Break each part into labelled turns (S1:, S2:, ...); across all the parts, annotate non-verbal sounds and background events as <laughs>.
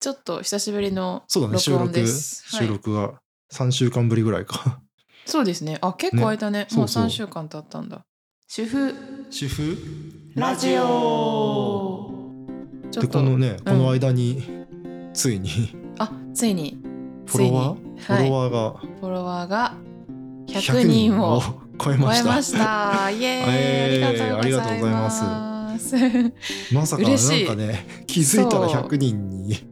S1: ちょっと久しぶりの
S2: そうだね、収
S1: 録音
S2: 録、
S1: です。
S2: 収
S1: はい、
S2: 録が3週間ぶりぐらいか。
S1: そうですね。あ、結構空いたね。
S2: ね
S1: もう
S2: そうそう
S1: 3週間経ったんだ。主婦
S2: <laughs> 主婦
S1: ラジオちょっ
S2: で、
S1: と
S2: このね、この間に、ついに、
S1: あついに
S2: フォロワー
S1: つい
S2: フ
S1: には
S2: ォロ
S1: い
S2: ワーが
S1: フォロワーが100
S2: 100
S1: 人
S2: 人を
S1: を
S2: 超え
S1: 超
S2: ま
S1: え
S2: し
S1: ま
S2: た。 <laughs>
S1: した。イエーイ、
S2: えー
S1: ありがとうございます。
S2: まさか、なん
S1: 嬉しい
S2: かね、気づいたら100人に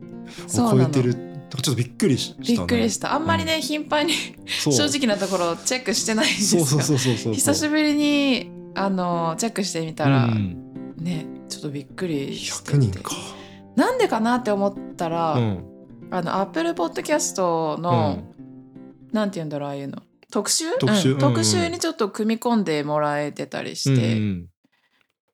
S1: そう
S2: を
S1: そう
S2: 超
S1: な
S2: え
S1: の
S2: てる。ちょっとびっくりししたね。
S1: びっくりした。あんまりね、頻繁に
S2: そう
S1: 正直なところチェックしてないんです
S2: そう
S1: よ。
S2: そうそうそうそう。
S1: 久しぶりにあのチェックしてみたら、
S2: うん、
S1: ねちょっとびっくりしてて
S2: 100人か。
S1: なんでかなって思ったら、
S2: うん。
S1: あのアップルポッドキャスト
S2: う
S1: の、
S2: ん。
S1: なんて言うんだろうああいうの特集
S2: 特集
S1: うん
S2: うんうん
S1: 特集にちょっと組み込んでもらえてたりして、
S2: うん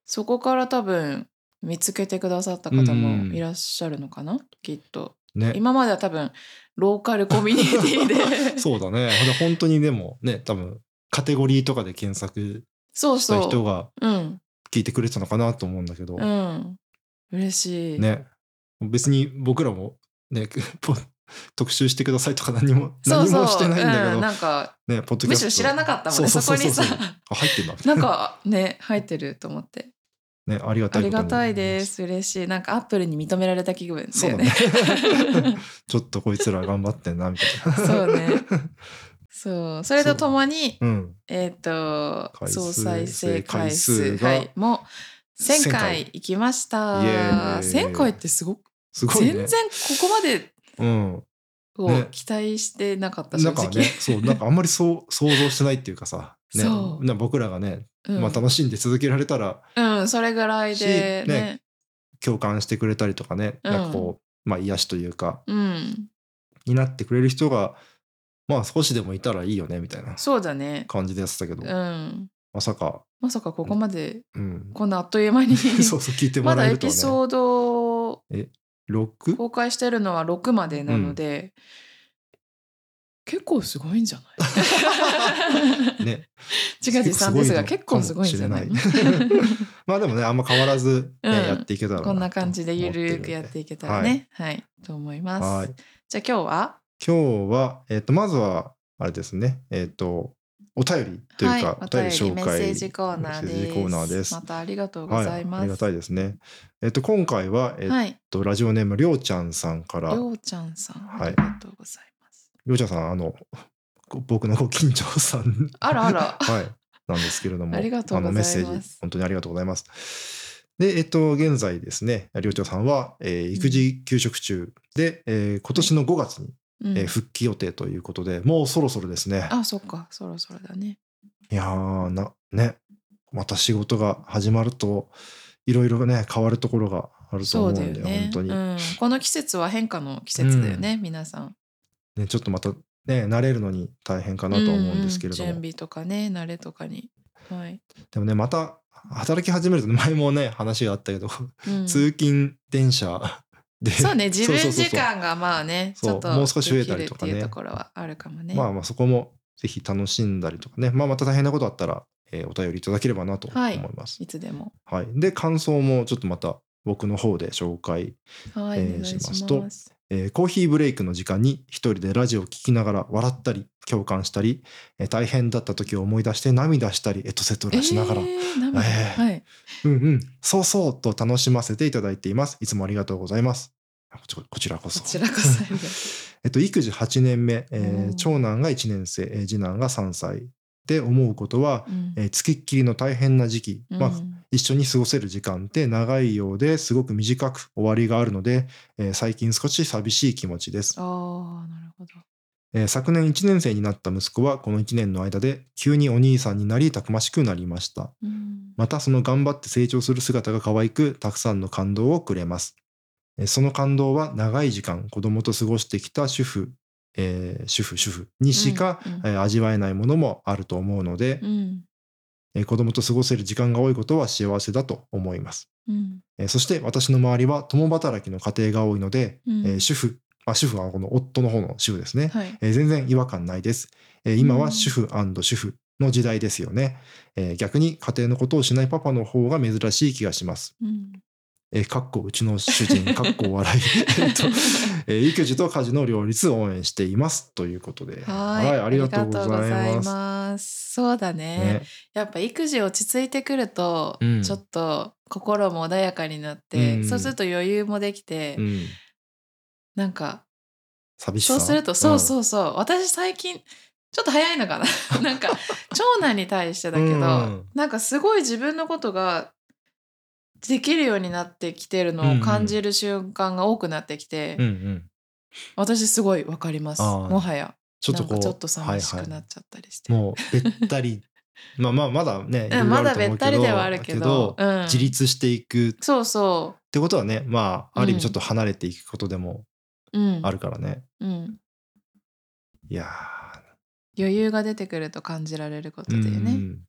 S1: そこから多分見つけてくださった方もいらっしゃるのかな、きっと
S2: ね。
S1: 今までは多分ローカルコミュニティで <laughs>
S2: <laughs> そうだね。ほんで本当にでもね、多分カテゴリーとかで検索
S1: そう
S2: した
S1: そう
S2: 人が
S1: うん
S2: 聞いてくれてたのかなと思うんだけど、
S1: うん嬉しい、
S2: ね。別に僕らもね、 <laughs> ポ特集してくださいとか何も、
S1: そうそう
S2: 何もしてないんだけど、
S1: うん、なん
S2: <laughs>
S1: か
S2: ね、ポッドキャスト。
S1: むしろ知らなかったもんね
S2: そ
S1: そう
S2: そうそうそう
S1: こにさ
S2: あ入ってんだ。
S1: なんかね入ってると思って
S2: ね、ありがた
S1: あ
S2: いこと
S1: り
S2: に
S1: がたいで。す嬉しいなんかアップルに認められた気分だ
S2: そう
S1: よ
S2: だ
S1: ね <laughs>
S2: ね。ちょっとこいつら頑張ってんな、みたい
S1: <laughs>
S2: な。 <laughs>
S1: そうね。そうそれとともに
S2: うん。
S1: えっ、と
S2: 回数
S1: 総再生回数
S2: 回数が
S1: はいもう1000
S2: 1000
S1: 回
S2: 回
S1: いきました
S2: イエーイ
S1: 1000回ってすごく
S2: すごいね。
S1: 全然ここまで
S2: うん。
S1: を
S2: ね
S1: 期待してなかった、
S2: な
S1: 正
S2: んか
S1: 直、
S2: ね、そう、なんかあんまりそう、想像してないっていうかさ、ね、
S1: そう
S2: な僕らがね、
S1: うん、
S2: まあ楽しんで続けられたら
S1: うんそれぐらいで
S2: し
S1: ね
S2: ね共感してくれたりとかね、
S1: うん
S2: なんかこう、まあ癒しというか、
S1: うん
S2: になってくれる人が、まあ少しでもいたらいいよね、みたいな
S1: そうだね
S2: 感じでやってたけど、
S1: うん
S2: まさか、
S1: まさかここまで
S2: うん。
S1: こんなあっという間に
S2: <laughs> そうそう、聞いても
S1: <laughs> まだ
S2: らえ
S1: エ
S2: ると
S1: ピ
S2: はね。
S1: ソード
S2: 六
S1: 公開してるのは6までなので、結構すごいんじゃ
S2: <laughs>
S1: ない
S2: ね。
S1: 自画自賛ですが結
S2: 結
S1: 構
S2: 構
S1: す
S2: す
S1: ご
S2: ご
S1: い
S2: い
S1: んじゃ
S2: のか
S1: な
S2: も
S1: い
S2: しれない
S1: <laughs>
S2: まあでもね、あんま変わらず、
S1: う
S2: ね
S1: ん
S2: やっていけたらな
S1: こ
S2: と
S1: ん
S2: 思っ
S1: な
S2: てるん
S1: 感
S2: で。
S1: じでゆるーくやっていけたらねはい、と思います、
S2: はい。
S1: じゃあ今日は
S2: 今日は、えっ、と、まずは、あれですね、えっ、と、お便りというか、
S1: はい、お便り
S2: 紹
S1: メ
S2: 介
S1: ッセージコーナー
S2: メ
S1: で
S2: ッセー
S1: す
S2: ジコーナーです。
S1: またありがとうござい
S2: は
S1: ます
S2: い、ありがたいですね。えっ、と、今回は、えっ、
S1: はい、
S2: と、ラジオネーム、りょうちゃんさんから、
S1: り
S2: り
S1: ょうちゃんさん、
S2: はい
S1: ありがとうございます
S2: ょうちゃんさん、あの、ご僕のご近所さん
S1: あらあら
S2: <laughs> はい、なんですけれども、
S1: ありがとうございます
S2: あのメッセージ、本当にありがとうございます。で、えっと、現在ですね、りょうちょさんは、えー育児休職中で、えー今年の5月に、
S1: うん
S2: えー復帰予定ということで、もうそろそろですね、
S1: あそっかそろそろだね
S2: いやーな、ね、また仕事が始まると、いろいろね、変わるところがあると
S1: そ
S2: 思う
S1: うんだ
S2: で、
S1: よね
S2: 本当に、
S1: うん、この季節は変化の季節だよね、皆さん
S2: ね、ちょっとまた、ね、慣れるのに大変かなとは思うんですけれども、
S1: うんうん準備とかね慣れとかに、はい
S2: <laughs> でもね、また働き始めると、前もね、話があったけど、
S1: うん
S2: 通勤電車で
S1: そうね自
S2: <laughs> そうそ
S1: 分
S2: うそう
S1: 時間がまあね
S2: そう
S1: ちょっと
S2: もう少し増えたりとかね
S1: できるっていうところはあるかもね、
S2: まあまあそこもぜひ楽しんだりとかね、まあ、また大変なことあったら、えーお便りいただければなと思
S1: はい
S2: います、
S1: いつでも
S2: はいで感想もちょっとまた僕の方で紹介、
S1: はい、
S2: えー
S1: お願いします
S2: しますえーコーヒーブレイクの時間に一人でラジオを聴きながら笑ったり共感したり、えー大変だった時を思い出して涙したりエトセトラしながら、
S1: えー涙
S2: えー
S1: はい
S2: うんうんそうそうと楽しませていただいていますいつもありがとうございますあこちこちらこそ
S1: こちらこそ
S2: <laughs> えっと、育児8年目、えー
S1: うん
S2: 長男が1年生、えー次男が3歳で思うことは、
S1: うん
S2: えー、つきっきりの大変な時期、まあ
S1: う、ん
S2: 一緒に過ごせる時間って長いようですごく短く終わりがあるので、えー最近少し寂しい気持ちです、
S1: ああなるほど
S2: えー昨年1年生になった息子はこの1年の間で急にお兄さんになりたくましくなりました
S1: うん
S2: またその頑張って成長する姿が可愛くたくさんの感動をくれますえーその感動は長い時間子供と過ごしてきた主婦、えー主婦主婦にしか、
S1: うんうん
S2: えー味わえないものもあると思うので、
S1: うん
S2: えー子供と過ごせる時間が多いことは幸せだと思います、
S1: うん
S2: えーそして私の周りは共働きの家庭が多いので、
S1: うん
S2: えー主婦あ主婦はこの夫の方の主婦ですね、
S1: はい
S2: えー全然違和感ないです。えー今は主婦主婦の時代ですよね、えー逆に家庭のことをしないパパの方が珍しい気がします。
S1: うん
S2: えーかっこうちの
S1: <laughs>
S2: 主人、かっこ笑い、えっと、えー育児と家事の両立を応援していますということで。
S1: はい
S2: ありがとうござい
S1: ありがとうご
S2: ます。
S1: ざいますそうだね
S2: ね、
S1: やっぱ育児落ち着いてくると、
S2: うん
S1: ちょっと心も穏やかになって、
S2: うん
S1: そうすると余裕もできて、
S2: うん、
S1: なんか
S2: 寂しさ。
S1: そうするとそう
S2: う
S1: そうそう、私最近ちょっと早いのかな <laughs> なんか長男に対してだけど、
S2: うん
S1: なんかすごい自分のことができるようになってきてるのを感じる瞬間が多くなってきて、
S2: ん。うんうん。
S1: 私すごいわかります
S2: あー
S1: もはや
S2: ちょっとこ
S1: な
S2: う。
S1: んかちょっと寂し
S2: はい
S1: くな
S2: は
S1: いっちゃったりして、
S2: もうべったりまあまあまだね、
S1: うんまだ
S2: い
S1: べ
S2: ろ
S1: っ
S2: いろあ
S1: た
S2: ると
S1: り
S2: 思う
S1: ではあるけど
S2: だ
S1: うん
S2: 自立していくっ
S1: そうそ
S2: てことはねまあ
S1: うん
S2: ある意味ちょっと離れていくことでも
S1: う、うん
S2: あるからね、
S1: うん、
S2: いや
S1: 余裕が出てくると感じられること
S2: ー
S1: だよ
S2: うんう
S1: ね。
S2: ん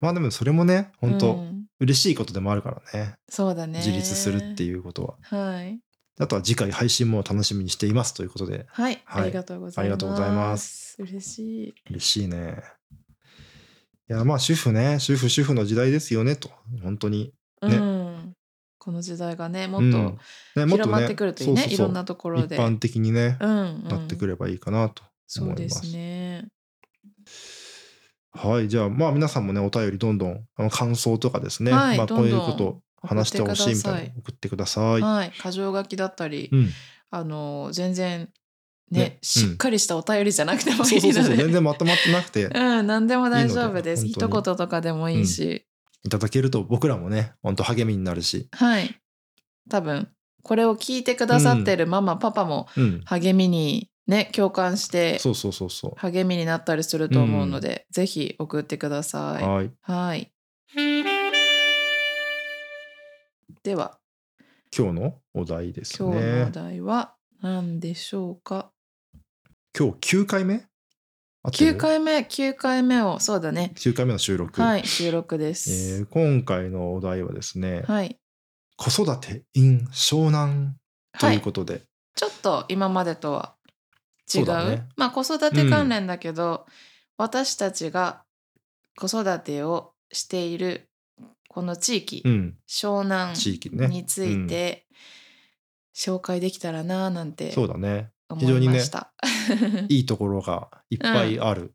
S2: まあでもそれもね本当、
S1: うん
S2: 嬉しいことでもあるからね
S1: そうだね
S2: 自立するって
S1: う。
S2: いうことは
S1: はい、
S2: あとは次回配信も楽しみにしていますということで
S1: はい、
S2: はい
S1: ありがとうございます。。
S2: ありがとうございます
S1: 嬉しい。
S2: 嬉しいねいやまあ主婦ね主婦主婦の時代ですよねと本当にね
S1: うん、この時代がね、も
S2: う
S1: っ
S2: ん
S1: と
S2: ねもっとね
S1: 広まってくるといいね、
S2: そうそう
S1: い
S2: そう
S1: ろんなところで。
S2: 一般的にね、
S1: うん、うん、
S2: なってくればいいかなと
S1: そ
S2: 思
S1: う
S2: い
S1: で
S2: ます。
S1: すね。
S2: はい、じゃあまあ皆さんもねお便りどんどんあの感想とかですね、
S1: はい
S2: まあ
S1: ど
S2: こうんい
S1: ど
S2: うんこと話してほしいみたいなの送ってください。
S1: はい、箇条書きだったり、 <laughs>
S2: うん、
S1: あの全然ね
S2: ね
S1: しっかりしたお便りじゃなくてもい
S2: そう
S1: い
S2: そう
S1: の
S2: そうそう全
S1: で。
S2: 然まとまってなくて
S1: <laughs> うん、何でも大丈夫です。
S2: いいので
S1: 一
S2: 本当に
S1: 言とかでもいいし、
S2: いただけると僕らもね本当励みになるし、
S1: はい。多分これを聞いてくださってるママ、パパも
S2: うん、
S1: 励みにね共感して
S2: そうそうそうそう。
S1: 励みになったりすると思うので、ぜひ送ってください。はい
S2: はい、
S1: では
S2: 今日のお題です
S1: 今日の
S2: ね
S1: お。題は何でしょうか、
S2: 今日9回目あ
S1: 九9回目9回目をそうだね
S2: 9回目の収録、
S1: はい収録です。
S2: えー今回のお題はですね、
S1: はい、
S2: 子育て in 湘南と、
S1: はいいう
S2: ことで、
S1: ちょっと今までとは違
S2: そう
S1: う
S2: だね
S1: まあ子育て関連だけど、私たちが子育てをしているこの地域、
S2: うん、
S1: 湘南
S2: 地域ね
S1: について紹介できたらなあなんて
S2: そうだね。
S1: 思
S2: 非常
S1: い
S2: に
S1: ま
S2: ね
S1: した。
S2: いいところがいっぱいあるとこ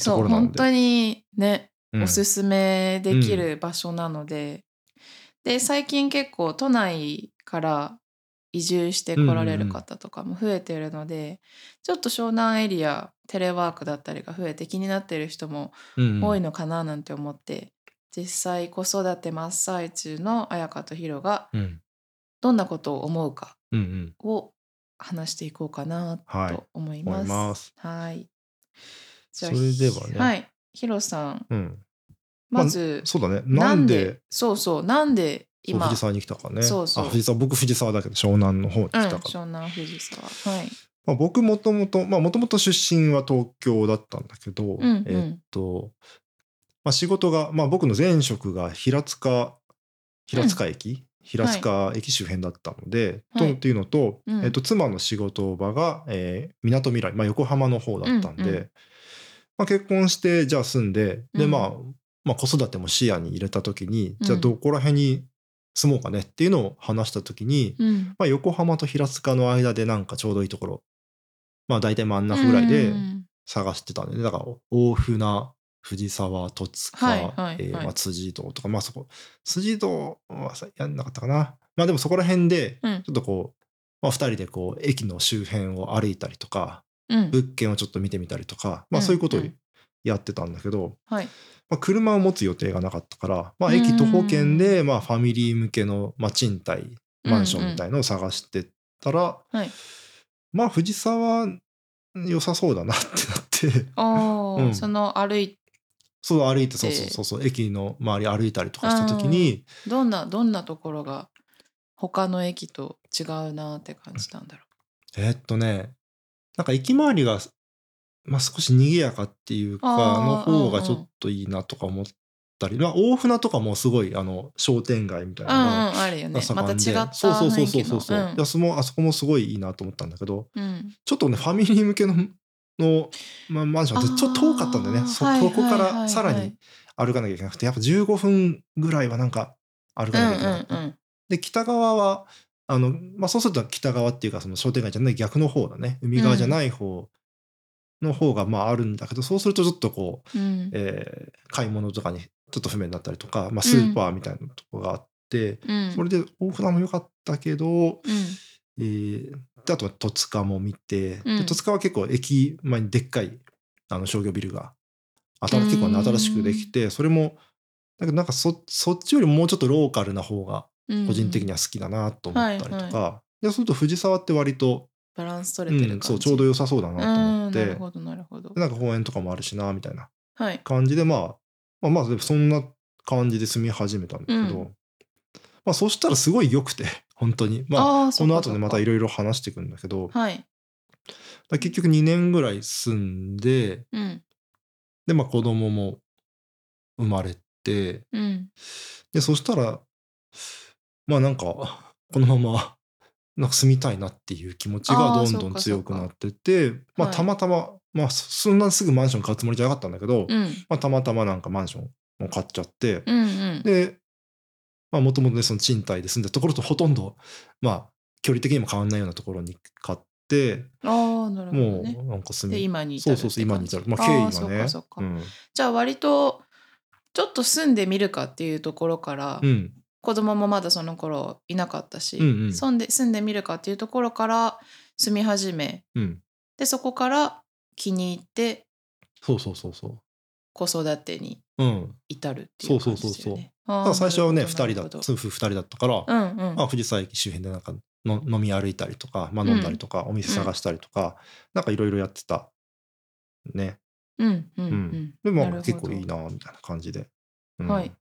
S1: そう
S2: ろな
S1: 本
S2: んで、
S1: 当にね、
S2: うん
S1: おすすめできる場所なので、で最近結構都内から移住して来られる方とかも増えてるので、ちょっと湘南エリアテレワークだったりが増えて気になってる人も
S2: うん
S1: 多いのかななんて思って、実際子育て真っ最中の彩香とヒロが
S2: うん
S1: どんなことを思うか
S2: うんうん
S1: を話していこうかな
S2: はい
S1: と思い
S2: 思
S1: ま
S2: い
S1: す。
S2: ます。
S1: はい。
S2: それではね
S1: はい。ヒロさん、
S2: うん、まあ
S1: まず、
S2: そうだね。なんで
S1: そうそう、なんで
S2: そう
S1: 今、
S2: 藤沢に来たかね。
S1: そうそう
S2: あ藤沢僕藤沢だけど湘南の方に来
S1: うん、
S2: たから。
S1: 湘南藤沢。はい。
S2: まあ僕もともとまあもともと出身は東京だったんだけど、
S1: うんうん
S2: えっとまあ仕事がまあ僕の前職が平塚平塚駅、平塚駅周辺だったので、
S1: はい
S2: とっていうのと、
S1: うん
S2: えっと妻の仕事場がえみなとみらい、まあ、横浜の方だったんで、
S1: うんうん
S2: まあ、結婚してじゃあ住んでで、
S1: うん
S2: まあ、まあ子育ても視野に入れた時
S1: う
S2: に、
S1: ん
S2: じゃあどこら辺に住もうかねっていうのを話した時に、
S1: うん。
S2: まあ、横浜と平塚の間でなんかちょうどいいところ、まあ、大体真ん中ぐらいで
S1: うん
S2: 探してたんで、だから大船藤沢戸塚、
S1: はいはい
S2: えー
S1: はい
S2: まあ、辻堂とか、まあ、そこ辻堂はさやんなかったかな、まあ、でもそこら辺でち
S1: う
S2: ょ
S1: ん
S2: っとこう、まあ、2人でこう駅の周辺を歩いたりとか
S1: うん。
S2: 物件をちょっと見てみたりとか、ま
S1: う
S2: あ、
S1: ん
S2: そういうことを
S1: うん
S2: やってたんだけど、
S1: はい。
S2: まあ、車を持つ予定がなかったから、まあ、駅徒歩圏でまあファミリー向けのまあ賃貸マンションみたいのを探してったら、
S1: はい
S2: まあ藤沢良さそうだなってなって <laughs>
S1: おー
S2: うん
S1: その歩い、
S2: そう歩いてそう
S1: で
S2: そうそうそう駅の周り歩いたりとかした時に
S1: どんな、どんなところが他の駅と違うなって感じたんだろ
S2: えーっとねなんか駅周りが、まあ、少し賑やかっていうかの
S1: あー
S2: 方
S1: う
S2: が
S1: んうん。
S2: ちょっといいなとか思ったり、まあ、大船とかもすごいあの商店街みたいうな
S1: うんう
S2: のが
S1: ん、あるよね。また
S2: 盛
S1: 違
S2: ん
S1: っ
S2: で
S1: た
S2: そうそう
S1: 雰
S2: そう
S1: 囲
S2: そう
S1: 気
S2: そ
S1: の
S2: う。そういやそのあそこもすごいいいなと思ったんだけど、
S1: うんうん
S2: ちょっとねファミリー向けのの、まあ、マンションってちょっと遠かったんでね
S1: あー
S2: そ
S1: はいはい
S2: ここ
S1: は
S2: か
S1: いは
S2: ら
S1: い
S2: さらに歩かなきゃいけなくてやっぱ15分ぐらいはなんか歩かなきゃいけなかった、
S1: うんうんうん
S2: で北側はあの、まあ、そうすると北側っていうかその商店街じゃない逆の方だね海側じゃない方の方がまああるんだけど、そうするとちょっとこう、
S1: うん
S2: えー買い物とかにちょっと不便になったりとか、まあ、スーパーみたいなとこがあって、
S1: うん
S2: それで大船も良かったけど、
S1: うん
S2: えーであとは戸塚も見て、
S1: うん
S2: で戸塚は結構駅前にでっかいあの商業ビルが新結構
S1: う
S2: ね
S1: ん
S2: 新しくできてそれもだけどなんかそそっちよりもうちょっとローカルな方が
S1: うん
S2: 個人的には好きだなと思ったりとか、
S1: はい
S2: でそうすると藤沢って割と、
S1: バランス
S2: う
S1: 取れてる感
S2: ん、
S1: じ
S2: そうちょうど良さそうだなと思っ
S1: う
S2: て
S1: んなるほどなるほど
S2: でなんか公園とかもあるしなみたいな
S1: はい
S2: 感じで、まあ、まあまあでもそんな感じで住み始めたんだけど、
S1: うん
S2: まあそしたらすごい良くて <laughs> 本当にまあ
S1: ああ
S2: こ
S1: そ
S2: の
S1: の
S2: 後でまたいろいろ話していくんだけど、
S1: はい
S2: だから結局2年ぐらい住んで
S1: うん
S2: でまあ子供も生まれて
S1: うん
S2: でそしたらまあなんかこのままなんか住みたいなっていう気持ちが
S1: あ
S2: ど
S1: ー
S2: んど
S1: そうんか
S2: 強くなっててまあ
S1: はい
S2: たまたま、まあそそんなすぐマンション買うつもりじゃなかったんだけど、
S1: うん
S2: まあ、たまたまなんかマンションを買っちゃって、
S1: うんうん
S2: でまあもともとねその賃貸で住んだところとほとんどまあ距離的にも変わんないようなところに買って
S1: ああなるほど
S2: も
S1: ね
S2: うなんか住
S1: で
S2: み
S1: 今に至
S2: そ
S1: る
S2: うそうそう今に至る、まあ、
S1: って
S2: 経緯
S1: 感じ
S2: がね
S1: あーそうかそうか
S2: ん
S1: じゃあ割とちょっと住んでみるかっていうところから、
S2: うん
S1: 子供もまだその頃いなかったし、
S2: うんうん
S1: 住んで住んでみるかっていうところから住み始め
S2: うん、
S1: でそこから気に入って
S2: そうそうそうそ
S1: 子育てに
S2: う、うん、
S1: 至るっていう感じですよね。
S2: た
S1: あー
S2: だ最初はね
S1: な
S2: 2
S1: るほどな
S2: 人だ
S1: るほ
S2: 夫
S1: ど
S2: 婦2人だったから、
S1: うんうん
S2: まあ、藤沢駅周辺でなんかの飲み歩いたりとか、まあ、飲んだりとか、お店探したりとか、なんかいろいろやってたね
S1: うんうんう
S2: うんんでも
S1: なるほど
S2: 結構いいなみたいな感じで、うん
S1: はい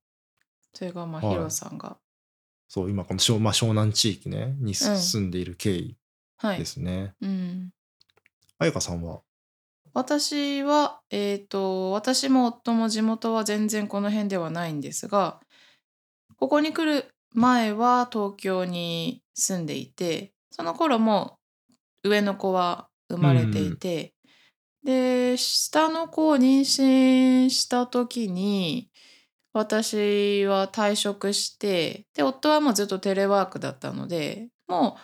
S1: それがまあ
S2: はい
S1: ヒロさんが
S2: そう今この湘,、まあ、湘南地域ねに住んでいる経緯
S1: はい、
S2: ですね。
S1: うん、
S2: 彩香さんは、
S1: 私はえっ、と私も夫も地元は全然この辺ではないんですがここに来る前は東京に住んでいてその頃も上の子は生まれていて、で下の子を妊娠した時に私は退職してで夫はもうずっとテレワークだったのでも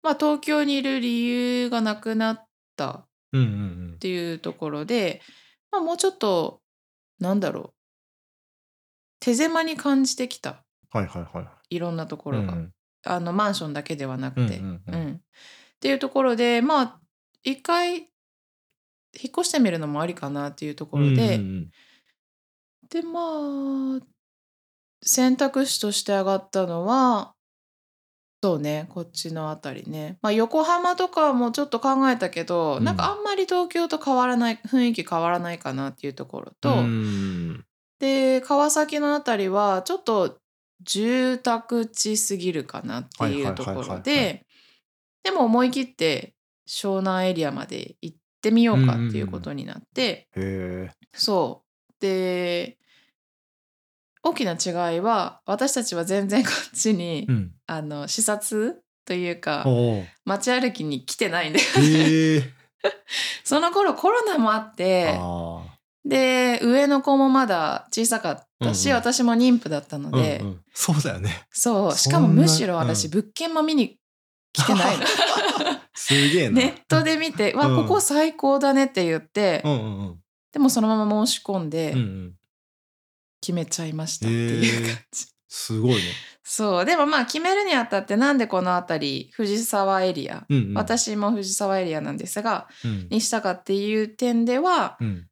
S1: う、まあ、東京にいる理由がなくなった
S2: うんうん
S1: っ、ていうところで、まあ、もうちょっとなんだろう手狭に感じてきた
S2: はいはいはい
S1: いろんなとこ
S2: う
S1: ろ
S2: ん
S1: が、
S2: うん
S1: あのマンションだけではな
S2: う
S1: く
S2: ん
S1: て、
S2: うんう
S1: うん
S2: ん
S1: っていうところでまあ一回引っ越してみるのもありかなっていうところで、
S2: うんうん
S1: でまあ選択肢として上がったのはそうねこっちの辺りね、まあ、横浜とかもちょっと考えたけど、
S2: うん
S1: なんかあんまり東京と変わらない雰囲気変わらないかなっていうところと、
S2: うん
S1: で川崎の辺りはちょっと住宅地すぎるかなっていうとこ
S2: はいは
S1: ろ
S2: いはいはいは
S1: ででも思い切って湘南エリアまで行ってみようかっていうことになって。
S2: へえ
S1: そうで大きな違いは私たちは全然こっちに、
S2: うん
S1: あの視察という
S2: お
S1: か
S2: お
S1: 街歩きに来てないんで <laughs>
S2: へえ
S1: その頃コロナもあって
S2: あ
S1: で上の子もまだ小さかったし、
S2: うんうん
S1: 私も妊婦だったの
S2: あ、うん
S1: で、
S2: うん、そうだよ
S1: <laughs>
S2: ね
S1: そうし
S2: そん
S1: か
S2: な
S1: もむしろ私、
S2: うん
S1: 物件も見に来てない
S2: <laughs> すげえ
S1: の
S2: な
S1: ネットで見
S2: <laughs>
S1: て「わ、
S2: うん
S1: ここ最高だね」って言って、
S2: うんうんうん
S1: でもそのまま申し込んで
S2: うんうん
S1: 決めちゃいましたっていう感じ。
S2: すごいね
S1: そうでもまあ決めるにあたってなんでこの辺り藤沢エリア、
S2: うんうん
S1: 私も藤沢エリアなんですが
S2: うん
S1: にしたかっていう点では
S2: うん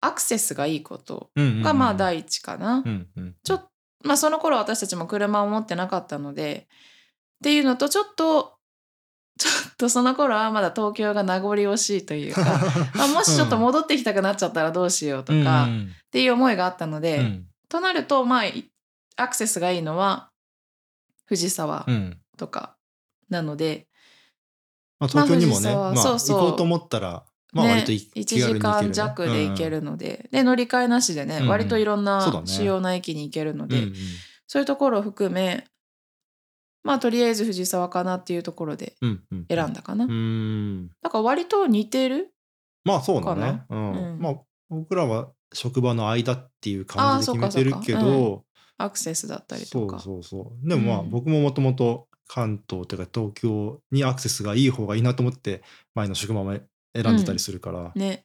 S1: アクセスがいいこと
S2: うんうん
S1: がまあ第一かな、
S2: うんうん
S1: ちょっまあその頃私たちも車を持ってなかったのでっていうのとちょっとちょっとその頃はまだ東京が名残惜しいという
S2: <laughs>
S1: かまあもしちょっと戻ってきたくなっちゃったらどうしようとか
S2: う
S1: っ
S2: ん
S1: ていう思いがあったので、
S2: うんうん
S1: となるとまあいアクセスがいいのは藤沢
S2: うん
S1: とかなので、
S2: まあ、東京にもね、
S1: まあ
S2: まあ、
S1: 藤沢そうそう
S2: 行こうと思ったら、まあ、
S1: ね
S2: 割とい
S1: 1
S2: 気
S1: 時
S2: 軽に行ける、
S1: 間弱で行けるので、で乗り換えなしでね、
S2: うんうん
S1: 割といろん
S2: そうだ
S1: な
S2: ね
S1: 主要な駅に行けるの
S2: うん
S1: で
S2: う
S1: そ
S2: ん
S1: う,、いうところを含めまあとりあえず藤沢かなっていうところで
S2: うんうん、
S1: 選んだかな、
S2: うーん
S1: だから割と似てる
S2: まあそうだね、う
S1: なうんん
S2: まあ僕らは職場の間っていう感じで
S1: あー
S2: 決めてるけど
S1: そうかそアクセスだったり
S2: そ
S1: と
S2: う
S1: か
S2: そうそうでもまあ、
S1: うん
S2: 僕ももともと関東というか東京にアクセスがいい方がいいなと思って前の職場も選んでたりするから、
S1: ね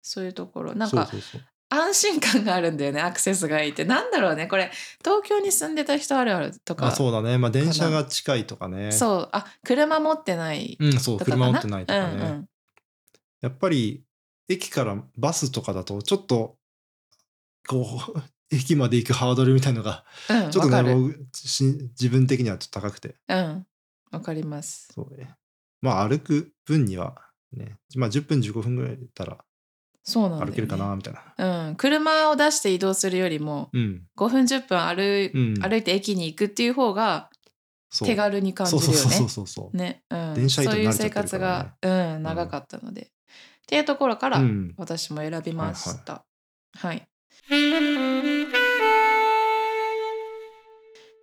S1: そういうところなんか
S2: そうそうそう
S1: 安心感があるんだよねアクセスがいいってなんだろうねこれ東京に住んでた人あるあるとか
S2: あそうだねまあ電車が近いとかね
S1: そうあ車持ってない
S2: うん、そう
S1: とかか
S2: 車持ってないとかね、
S1: うんうん
S2: やっぱり駅からバスとかだとちょっとこう <laughs> 駅まで行くハードルみたいのが
S1: うん、
S2: ちょっと
S1: わか
S2: ね
S1: る
S2: 僕し自分的にはちょっと高くて
S1: うんわかります
S2: そうねまあ歩く分にはねまあ10分15分ぐらいだったら
S1: そうなんだよ、
S2: 歩
S1: ね、
S2: けるかなみたいな、
S1: うん、車を出して移動するよりも
S2: うん、
S1: 5分10分歩,、
S2: うん、
S1: 歩いて駅に行くっていう方が
S2: そう
S1: 手軽に感じるよ
S2: そうそう
S1: ね。
S2: そうそうそう
S1: ねうん
S2: 電車移動
S1: そう
S2: 慣
S1: いう
S2: れ
S1: 生
S2: ちゃってる
S1: 活
S2: から
S1: が、うん、長かったので、っていうところから
S2: うん
S1: 私も選びました。はい、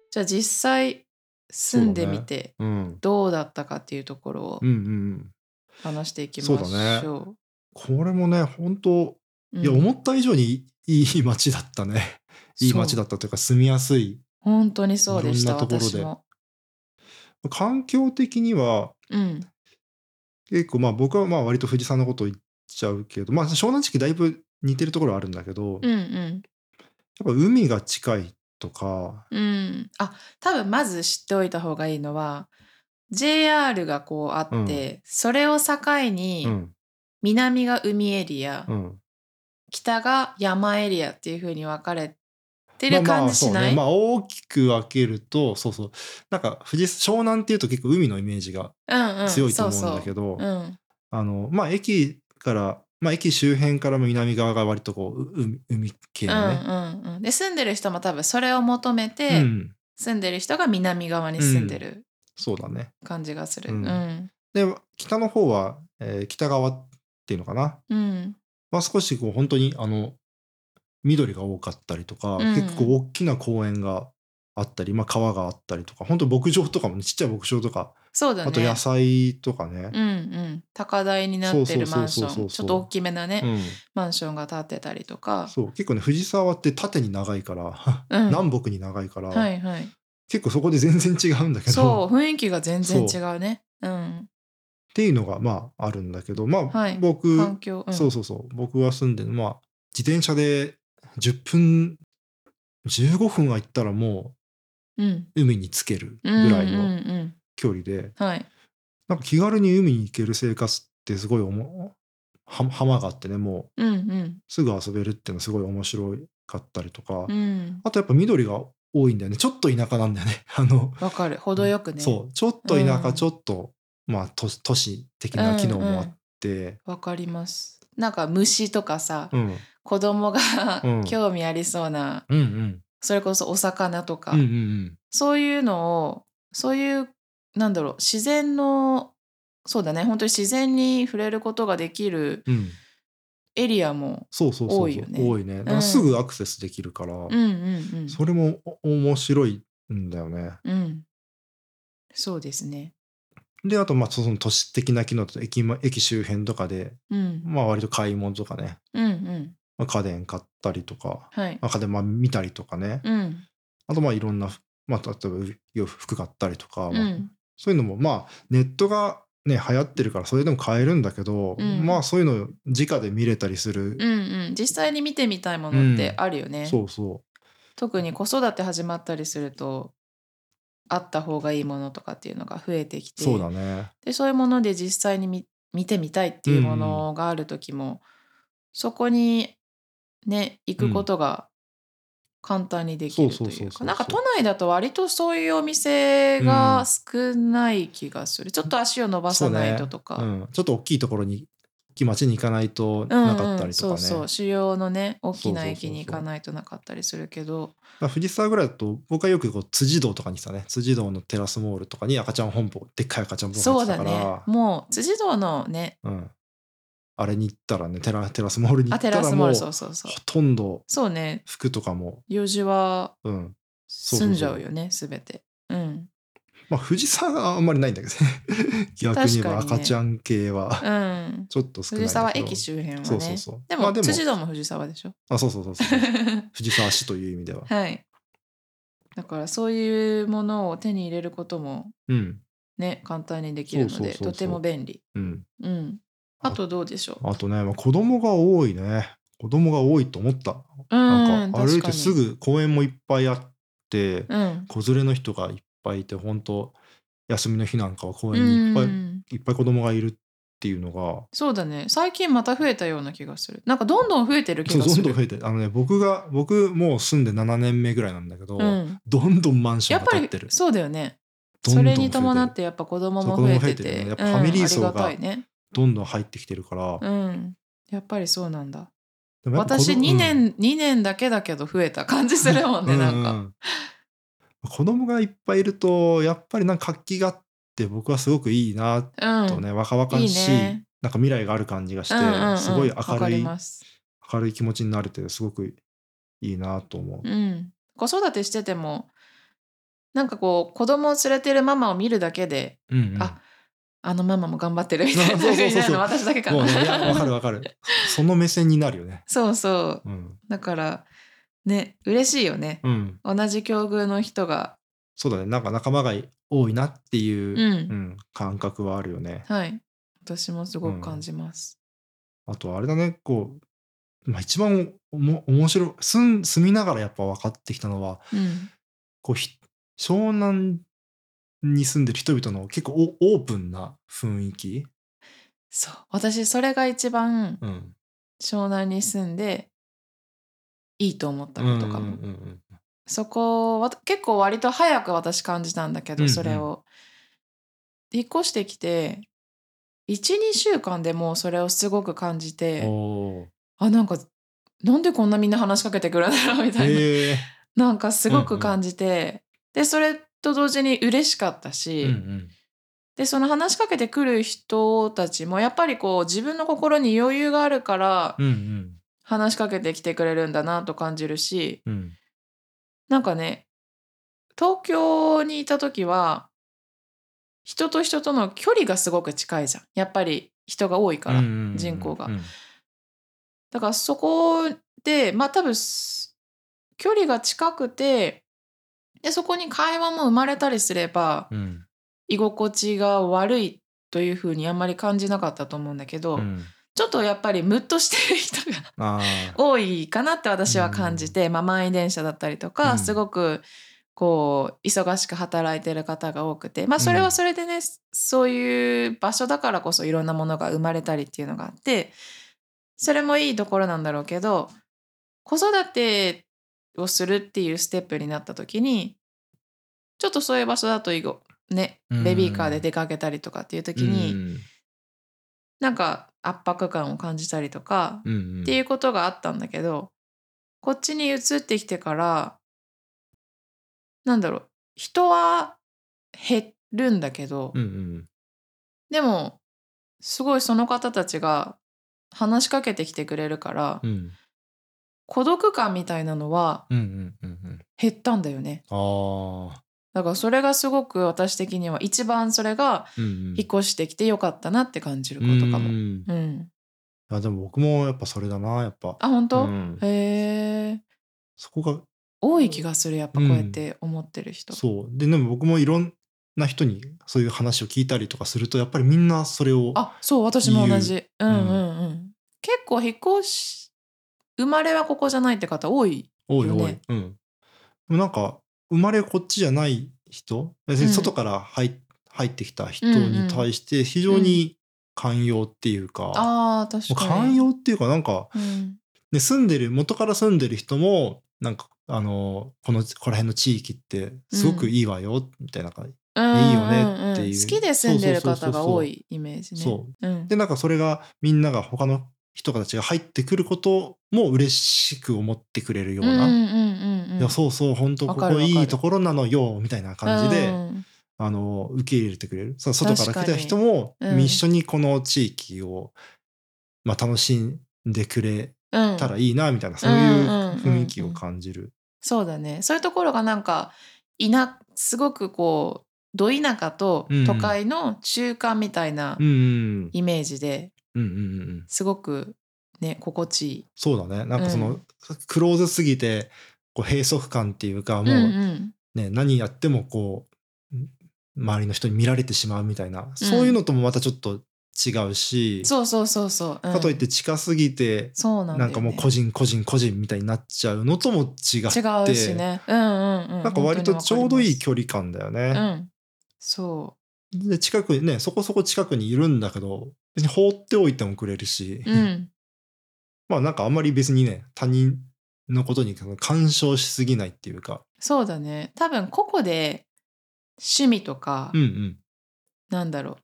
S1: じゃあ実際住んでみて
S2: うん
S1: どうだったかっていうところを
S2: うんうんうん
S1: 話していきましょう。
S2: そうだねこれもね本当いや
S1: うん
S2: 思った以上にいい街だったねいい街
S1: そう
S2: だったというか住みやすい
S1: 本当にそうでした
S2: いろんなところで
S1: 私も。
S2: 環境的には
S1: うん
S2: 結構まあ僕はまあ割と富士山のこと言っちゃうけどまあ湘南地区だいぶ似てるところはあるんだけど、
S1: う
S2: や
S1: んう
S2: っ
S1: ん
S2: ぱ海が近いとか
S1: うん、あ多分まず知っておいた方がいいのは JR がこうあって、
S2: う
S1: それを境に、
S2: うん
S1: 南が海エリア、
S2: うん
S1: 北が山エリアっていう風に分かれて
S2: まあ
S1: る
S2: ま
S1: 感
S2: あ
S1: じし
S2: そう
S1: な
S2: ね
S1: い、
S2: まあ大きく分けるとそうそうなんか富士湘南っていうと結構海のイメージが
S1: うんうん、
S2: 強いと思うんだけ
S1: そ
S2: ど、
S1: うそううん
S2: あのまあ駅からまあ駅周辺からも南側が割とこうう海海系
S1: う
S2: のね、
S1: んうんうん、で住んでる人も多分それを求め
S2: う
S1: て、
S2: ん、
S1: 住んでる人が南側に住んでる
S2: そうだね
S1: 感じがする。
S2: う
S1: うんん
S2: で北の方は、えー北側っていうのかな
S1: うん
S2: まあ、少しこう本当にあの緑が多かったりとか、
S1: うん
S2: 結構大きな公園があったり、まあ、川があったりとか本当牧場とかもねちっちゃい牧場とか、
S1: そうだね
S2: あと野菜とかね、
S1: うんうん、高台になってるマンシ
S2: そうそうそうそう
S1: ョ
S2: そう
S1: ンちょっと大きめなね、
S2: うん
S1: マンションが建ってたりとか。
S2: そう結構ね藤沢って縦に長いから、
S1: うん
S2: 南北に長いから、
S1: はいはい。
S2: 結構そこで全然違うんだけど
S1: そう雰囲気が全然違うね。うん。
S2: っていうのがまああるんだけどまあ、
S1: はい
S2: 僕、
S1: 環境。うん、
S2: そうそうそう僕が住んでるまあ自転車で10分15分は行ったらも
S1: うん。
S2: う海につけるぐ
S1: うん。
S2: らい
S1: うん
S2: の
S1: うん
S2: 距離で。
S1: うん。はい。
S2: なんか気軽に海に行ける生活ってすごいおもは浜があってねもう
S1: うんうん。
S2: すぐ遊べるっていうのすごい面白かったりとか、
S1: うん。
S2: あとやっぱ緑が多いんだよねちょっと田舎なんだよね <laughs> あの、
S1: わかる。程よくね。
S2: そうちょっと田舎、
S1: うん
S2: ちょっとまあ都都市的な機能もあって、
S1: わかります。なんか虫とかさ、
S2: うんうん、
S1: 子供が
S2: うん
S1: <laughs> 興味ありそうな、
S2: うんうん
S1: それこそお魚とか、
S2: うんうん
S1: そういうのをそういうなんだろう自然のそうだね本当に自然に触れることができる
S2: うんうん
S1: エリアも
S2: そうそうそうそう
S1: 多いよね
S2: 多いねだからすぐアクセスできるから、
S1: うんうんうん
S2: それもお面白いんだよね
S1: うん、そうですね。
S2: であとまあその都市的な機能だと駅ま駅周辺とかで
S1: うん、
S2: まあ割と買い物とかね、
S1: うん、うん、
S2: まあ、家電買ったりとか、
S1: はい。
S2: まあ、家電まあ見たりとかね、
S1: うん、
S2: あとまあいろんな、まあ、例えば洋服買ったりとか、
S1: う
S2: まあ
S1: ん、
S2: そういうのもまあネットがね流行ってるからそれでも買えるんだけど、
S1: うん
S2: まあそういうのを直で見れたりする、
S1: うん、うん、実際に見てみたいものっ
S2: う
S1: て
S2: ん
S1: あるよね。
S2: そうそ
S1: 特に子育て始まったりすると。あった方がいいものとかっていうのが増えてき
S2: う
S1: て。
S2: そうだね
S1: で、そういうもので実際に見、見てみたいっていうものがある時も。そこに。ね、行くことが。簡単にできると
S2: そうそうそ
S1: いうう
S2: そ
S1: か
S2: うそう
S1: なんか都内だと割とそういうお店が少ない気がする、ちょっと足を伸ばさないととか、
S2: うん、ちょっと大きいところに大きい町に行かないと
S1: うん
S2: なかったりと
S1: う
S2: か
S1: ん、そうそう
S2: ね
S1: 主要のね大きな
S2: そうそうそうそう
S1: 駅に行かないとなかったりするけど
S2: まあ藤沢ぐらいだと僕はよくこう辻堂とかにさね辻堂のテラスモールとかに赤ちゃん本舗でっかい赤ちゃん本舗
S1: そ
S2: が
S1: う
S2: あっ
S1: だ
S2: てたから
S1: ねもう辻堂のね
S2: うん、あれに行ったらねテラテラスモールに行
S1: あ
S2: った
S1: テ
S2: ら
S1: ラス
S2: も
S1: モー
S2: う
S1: ルそうそうそう
S2: ほとんど
S1: そうね
S2: 服とかも、
S1: 用事は
S2: うんそうそうそう
S1: 済んじゃうよねすべてうん
S2: まあ、藤沢があんまりないんだけどね
S1: <laughs>
S2: 逆に言
S1: 確
S2: えば
S1: かにね
S2: 赤ちゃん系は <laughs>
S1: うん
S2: ちょっと少ないん
S1: 藤
S2: だけど
S1: 沢駅周辺はね
S2: そうそうそう
S1: で
S2: ま
S1: も,、
S2: あでも
S1: 辻堂も藤沢でしょ <laughs>
S2: あそうそうそうそう藤沢市という意味では
S1: はいだからそういうものを手に入れることも
S2: うん。
S1: ね簡単にできるので
S2: そうそうそうそう
S1: とても便利。
S2: うん。
S1: うん、あとどうでしょう
S2: あとね、まあ、子供が多いね。子供が多いと思った。な
S1: なん
S2: か歩いてすぐ公園もいっぱいあって、
S1: うん、
S2: 子連れの人がいっぱいいて、本当休みの日なんかは公園にいっぱい、
S1: うん
S2: いっぱい子供がいるっていうのが、
S1: そうだね最近また増えたような気がするなんかどんどん増えてる気
S2: そう
S1: がす
S2: ど
S1: る
S2: んどん増えて、あのね、僕が、僕もう住んで7年目ぐらいなんだけど、
S1: うん、
S2: どんどんマンショ
S1: や
S2: ン
S1: っ
S2: が
S1: ぱ
S2: 建っ
S1: り
S2: てる。
S1: そうだよね
S2: どんどん
S1: それに伴
S2: 増え
S1: って
S2: る
S1: やっぱ子供
S2: そう
S1: も
S2: 子供
S1: 増え
S2: 増え
S1: て
S2: て
S1: て
S2: るよねやっぱファミリー層が
S1: うん、ありがたいね、
S2: どんどん入ってきてるから、
S1: うん、やっぱりそうなんだ
S2: でもやっぱ子
S1: 私
S2: 供
S1: 2
S2: うん
S1: 年、二年だけだけど増えた感じするもんね、なん
S2: う
S1: か。
S2: ん <laughs> 子供がいっぱいいるとやっぱりなんか活気があって僕はすごくいいな
S1: うん。
S2: とね、若々しい
S1: いいね
S2: なんか未来がある感じがして、
S1: うんうんうん
S2: すごい
S1: わ
S2: 明
S1: か
S2: る
S1: り
S2: い
S1: ます。
S2: 明るい気持ちになれてすごくいいなと思う、
S1: うん。子育てしてても、なんかこう、子供を連れてるママを見るだけで、
S2: うんうん
S1: ああのママも頑張ってるみたいな
S2: <laughs> そうそうそうそ
S1: 風に
S2: う
S1: なるの私だけか
S2: もう
S1: な。
S2: ねいやわかるわかるその目線になるよね
S1: <laughs> そうそう。
S2: うん、
S1: だから、ね、嬉しいよね。
S2: うん、
S1: 同じ境遇の人が。
S2: そうだねなんか仲間が多いなっていう、
S1: うん。
S2: うん感覚はあるよね
S1: はい。私もすごく感じます。
S2: あとあれだねこう、まあ、一番おも面白い住ん住みながらやっぱ分かってきたのは
S1: うん。
S2: こうひ湘南に住んでる人々の結構オオープンな雰囲気、
S1: そう。私、それが一番
S2: うん、
S1: 湘南に住んで、いいと思ったことかも。
S2: うんうんうん
S1: そこは結構割と早く私感じたんだけ
S2: うん
S1: ど
S2: うん
S1: それを、引っ越してきて12週間でもうそれをすごく感じ
S2: う
S1: て
S2: んお
S1: あなんかなんでこんなみんな話しかけてくるんだろうみ
S2: ー
S1: たいな、
S2: へえ
S1: なんかすごく感じて、でそれと同時に嬉しかったし、
S2: うん
S1: でその話しかけてくる人たちもやっぱりこう自分の心に余裕があるから
S2: うんうん
S1: 話しかけてきてくれるんだなと感じるし、
S2: うんうん
S1: なんかね東京にいた時は人と人との距離がすごく近いじゃんやっぱり人が多いから、
S2: うんうんうん
S1: 人口が
S2: うん
S1: だからそこでまあ多分す距離が近くてでそこに会話も生まれたりすれば
S2: うん
S1: 居心地が悪いというふうにあんまり感じなかったと思うんだけど、
S2: うん
S1: ちょっとやっぱりムッとしてる人が
S2: あー
S1: 多いかなって私は感じて、まあ、満員電車だったりとか、
S2: うん
S1: すごくこう忙しく働いてる方が多くて、まあ、それはそれでね、そういう場所だからこそいろんなものが生まれたりっていうのがあってそれもいいところなんだろうけど子育てをするっていうステップになった時にちょっとそういう場所だといいごね
S2: うん
S1: ベビーカーで出かけたりとかっていう時に、なんか圧迫感を感じたりとか、
S2: うんうんうん
S1: っていうことがあったんだけどこっちに移ってきてからなんだろう人は減るんだけど、
S2: うんうん
S1: でもすごいその方たちが話しかけてきてくれるから、
S2: うん
S1: 孤独感みたいなのは
S2: うんうんうんうん
S1: 減ったんだよね
S2: あー
S1: だからそれがすごく私的には一番それが
S2: うんうん
S1: 引っ越してきてよかったなって感じることかも。
S2: う
S1: うん
S2: ん
S1: うん、
S2: いやでも僕もやっぱそれだなやっぱ
S1: あ本当、
S2: うん
S1: へえ
S2: そこが
S1: 多い気がするやっぱこうやって思ってる人。
S2: そうででも僕もいろんな人にそういう話を聞いたりとかするとやっぱりみんなそれを
S1: あそう私も同じうんうんんうん、結構引っ越し生まれはここじゃないって方多い
S2: おいおい、
S1: よね
S2: うん、でもなんか生まれこっちじゃない人別に
S1: うん
S2: 外から入,、入ってきた人に対して非常に寛容っていうか、
S1: あー確
S2: もう
S1: かに
S2: 寛容っていうかなんか、
S1: うん
S2: ね、住んでる元から住んでる人もなんかあのこのここら辺の地域ってすごくいいわよみたいな感じ、
S1: うん
S2: いいよねっていう
S1: うんうん好きで住んでる方が多いイメージね、
S2: そう
S1: ん、
S2: でなんかそれがみんなが他の人たちが入ってくることも嬉しく思ってくれるような、
S1: うんうんうんうん
S2: いやそうそう本当こ
S1: わかるわ
S2: こ
S1: かる
S2: いいところなのよみたいな感じで、
S1: うん
S2: あの受け入れてくれるそう外から来
S1: 確か
S2: た
S1: に
S2: 人も
S1: うん
S2: 一緒にこの地域を、まあ、楽しんでくれ
S1: うん
S2: たらいいなみたいな、そういう雰囲気
S1: うんうんうん
S2: を
S1: うん
S2: 感じる。
S1: そうだねそういうところがなんかいなすごくこうど田舎と都会の中間みたいな
S2: うんうん
S1: イメージで
S2: うんうんうん、
S1: すごくね心地いい。
S2: そうだねなんかその、
S1: う
S2: クローズすぎてこう閉塞感っていうかもう、
S1: うんうん
S2: ね、何やってもこう周りの人に見られてしまうみたいなそういうのともまたちょっと違うし、
S1: そうそうそうそう、うん
S2: かといって近すぎて
S1: そうなんだよね
S2: なんかもう個人個人個人みたいになっちゃうのとも違って
S1: 違うしねうんうんうん
S2: なんか割とちょうどいい
S1: 距
S2: 距離感だよね。
S1: 離うんそ
S2: で近くにねそこそこ近くにいるんだけど別に放っておいてもくれるし、
S1: ううん
S2: まあなんかあんまり別にね他人のことにその干渉しすぎないっていうか、
S1: そうだね多分個々で趣味とか、
S2: うんうん、
S1: なんだろう、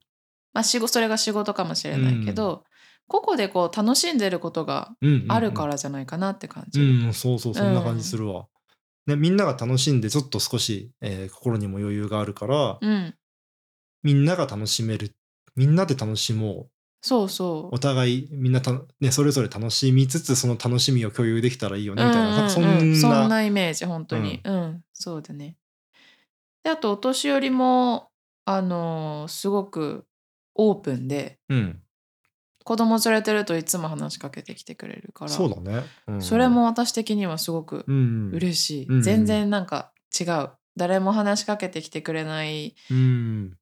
S1: まあ、仕事それが仕事かもしれないけど、個々でこう楽しんでることが
S2: うんうんうん
S1: あるからじゃないかなって感じ、
S2: うんそうそうそんな感じするわ、ね、みんなが楽しんでちょっと少し、えー心にも余裕があるから、
S1: うん
S2: みんなが楽しめるみんなで楽しも
S1: そう
S2: う
S1: そ
S2: お互いみんなた、ね、それぞれ楽しみつつその楽しみを共有できたらいいよ
S1: う
S2: ねみたいな,、
S1: うん
S2: そ
S1: うんうん
S2: ん
S1: そ
S2: なん
S1: なイメージ本当にうん、そうだねであとお年寄りもあのーすごくオープンで
S2: うん、
S1: 子供連れてるといつも話しかけてきてくれるから
S2: そうだね、うん
S1: それも私的にはすごく
S2: うん
S1: 嬉しい、
S2: うん
S1: 全然なんか違う誰も話しかけてきてくれない
S2: うん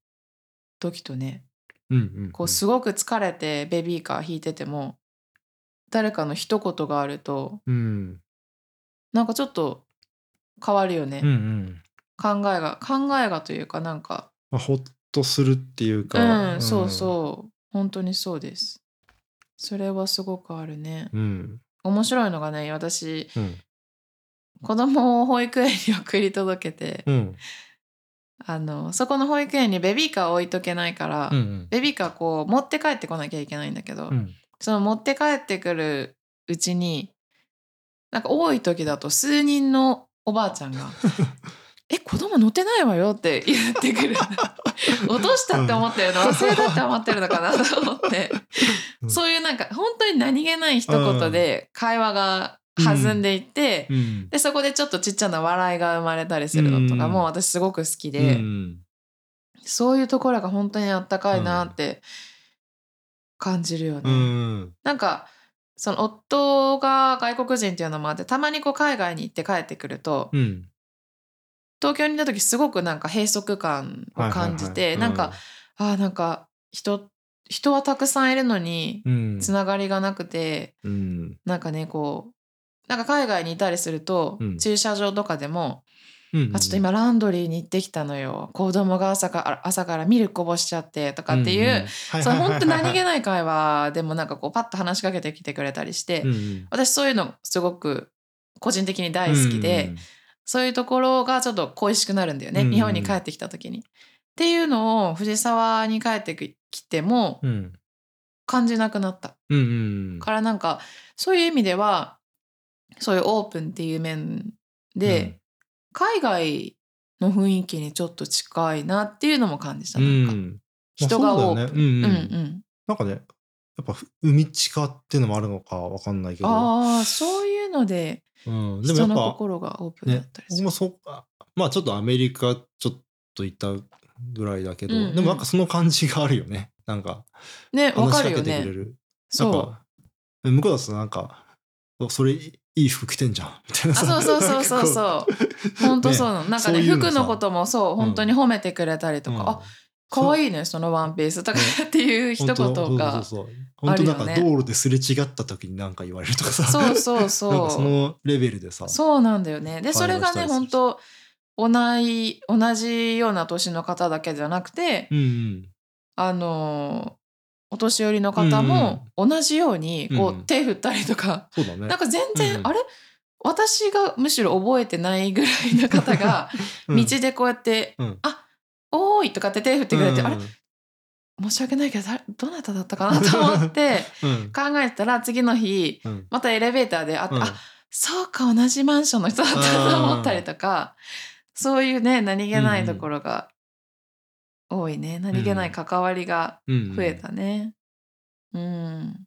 S1: 時とね
S2: うんうん
S1: こうすごく疲れてベビーカー引いてても誰かの一言があると
S2: うん
S1: なんかちょっと変わるよね、
S2: うんうん
S1: 考えが考えがというかなんか
S2: まあ、ほっとするっていう
S1: うん
S2: か、、
S1: そうそう本当にそうですそれはすごくあるね
S2: ううん
S1: 面白いのがね私
S2: うん
S1: 子供を保育園に送り届けて、
S2: うん
S1: あのそこの保育園にベビーカー置いとけないから、
S2: うん
S1: ベビーカーこう持って帰ってこなきゃいけないんだけど、
S2: うん
S1: その持って帰ってくるうちになんか多い時だと数人のおばあちゃん
S2: <laughs>
S1: が「え子供乗ってないわよ」って言ってく
S2: <laughs>
S1: る落としたって思ってるの忘れたって思ってるのかなと思って、
S2: うん
S1: そういうなんか本当に何気ない一言で会話が弾んでいって、
S2: うん
S1: でそこでちょっとちっちゃな笑いが生まれたりするのとかも私すごく好き
S2: う
S1: で。
S2: ん
S1: そういうところが本当にあったかいなって感じるよね。
S2: うん
S1: なんかその夫が外国人っていうのもあってたまにこう海外に行って帰ってくると
S2: うん
S1: 東京にいた時すごくなんか閉塞感を感じて、なんか、あーなんか人人はたくさんいるのに
S2: うん、
S1: つながりがなくて、
S2: うん、
S1: なんかねこうなんか海外にいたりすると、
S2: うん
S1: 駐車場とかでもあちょっと今ランドリーに行ってきたのよ子供が朝か朝からミルクこぼしちゃってとかっていう、そう本当何気
S2: い、
S1: ない会話でもなんかこうパッと話しかけてきてくれたりして、
S2: うん、
S1: 私そういうのすごく個人的に大好きで、そういうところがちょっと恋しくなるんだよね、
S2: うん
S1: 日本に帰ってきた時に。っていうのを藤沢に帰ってきても
S2: うん、うん
S1: 感じなくなった、
S2: うんうん、
S1: からなんかそういう意味ではそういうオープンっていう面で、海外の雰囲気にちょっと近いなっていうのも感じた
S2: うん、
S1: なんか、
S2: うん
S1: 人が多く
S2: まあそうだよねうん
S1: う
S2: うんん
S1: うん
S2: なんかね、やっぱ海地下っていうのもあるのかわかんないけど、
S1: ああそういうので
S2: うん、でも
S1: 人
S2: やっ
S1: の
S2: ぱ
S1: 心がオープンだ
S2: ね
S1: ったり、す
S2: 僕
S1: る、
S2: もそうあまあちょっとアメリカちょっと行ったぐらいだけど、
S1: うんうん
S2: でもなんかその感じがあるよね。なんか
S1: ねわ
S2: 話
S1: か
S2: しか
S1: るよ
S2: けてくれ
S1: ね
S2: る。なん
S1: そう
S2: か向こうだとなんかおそれいい服着てんじゃんみ <laughs> たいな
S1: あそうそうそうそう
S2: う
S1: そう本当そうなの、なんかね
S2: そういうのさ
S1: 服のこともそう本当に褒めてくれたりとか、あ可
S2: い
S1: 愛いねそのワンピースとかっていう一言が、
S2: そうそうそう本当なんか道路ですれ違った時に何か言われるとかさ
S1: そうそう
S2: <laughs> なん
S1: そう
S2: かそのレベルでさ
S1: そうなんだよねで
S2: 会話
S1: それが
S2: した
S1: ね
S2: りする
S1: 本当同い同じような年の方だけじゃなくて、
S2: うんうん
S1: あのお年寄りの方も同じようにこう、
S2: うん
S1: 手振ったりとか
S2: そうだね
S1: なんか全然、
S2: うん
S1: あれ私がむしろ覚えてないぐらいの方が
S2: <laughs> うん
S1: 道でこうやって「
S2: うん
S1: あおーい」とかって手振ってくれて、
S2: うん
S1: あれ申し訳ないけどだどなただったかなと思って
S2: うん
S1: 考えてたら次の日
S2: うん
S1: またエレベーターで会って、
S2: うん
S1: あそうか同じマンションの人だったと思ったりとかそういうね何気ないところが多いね、何気ない関わりが
S2: うん
S1: 増えたね。うん、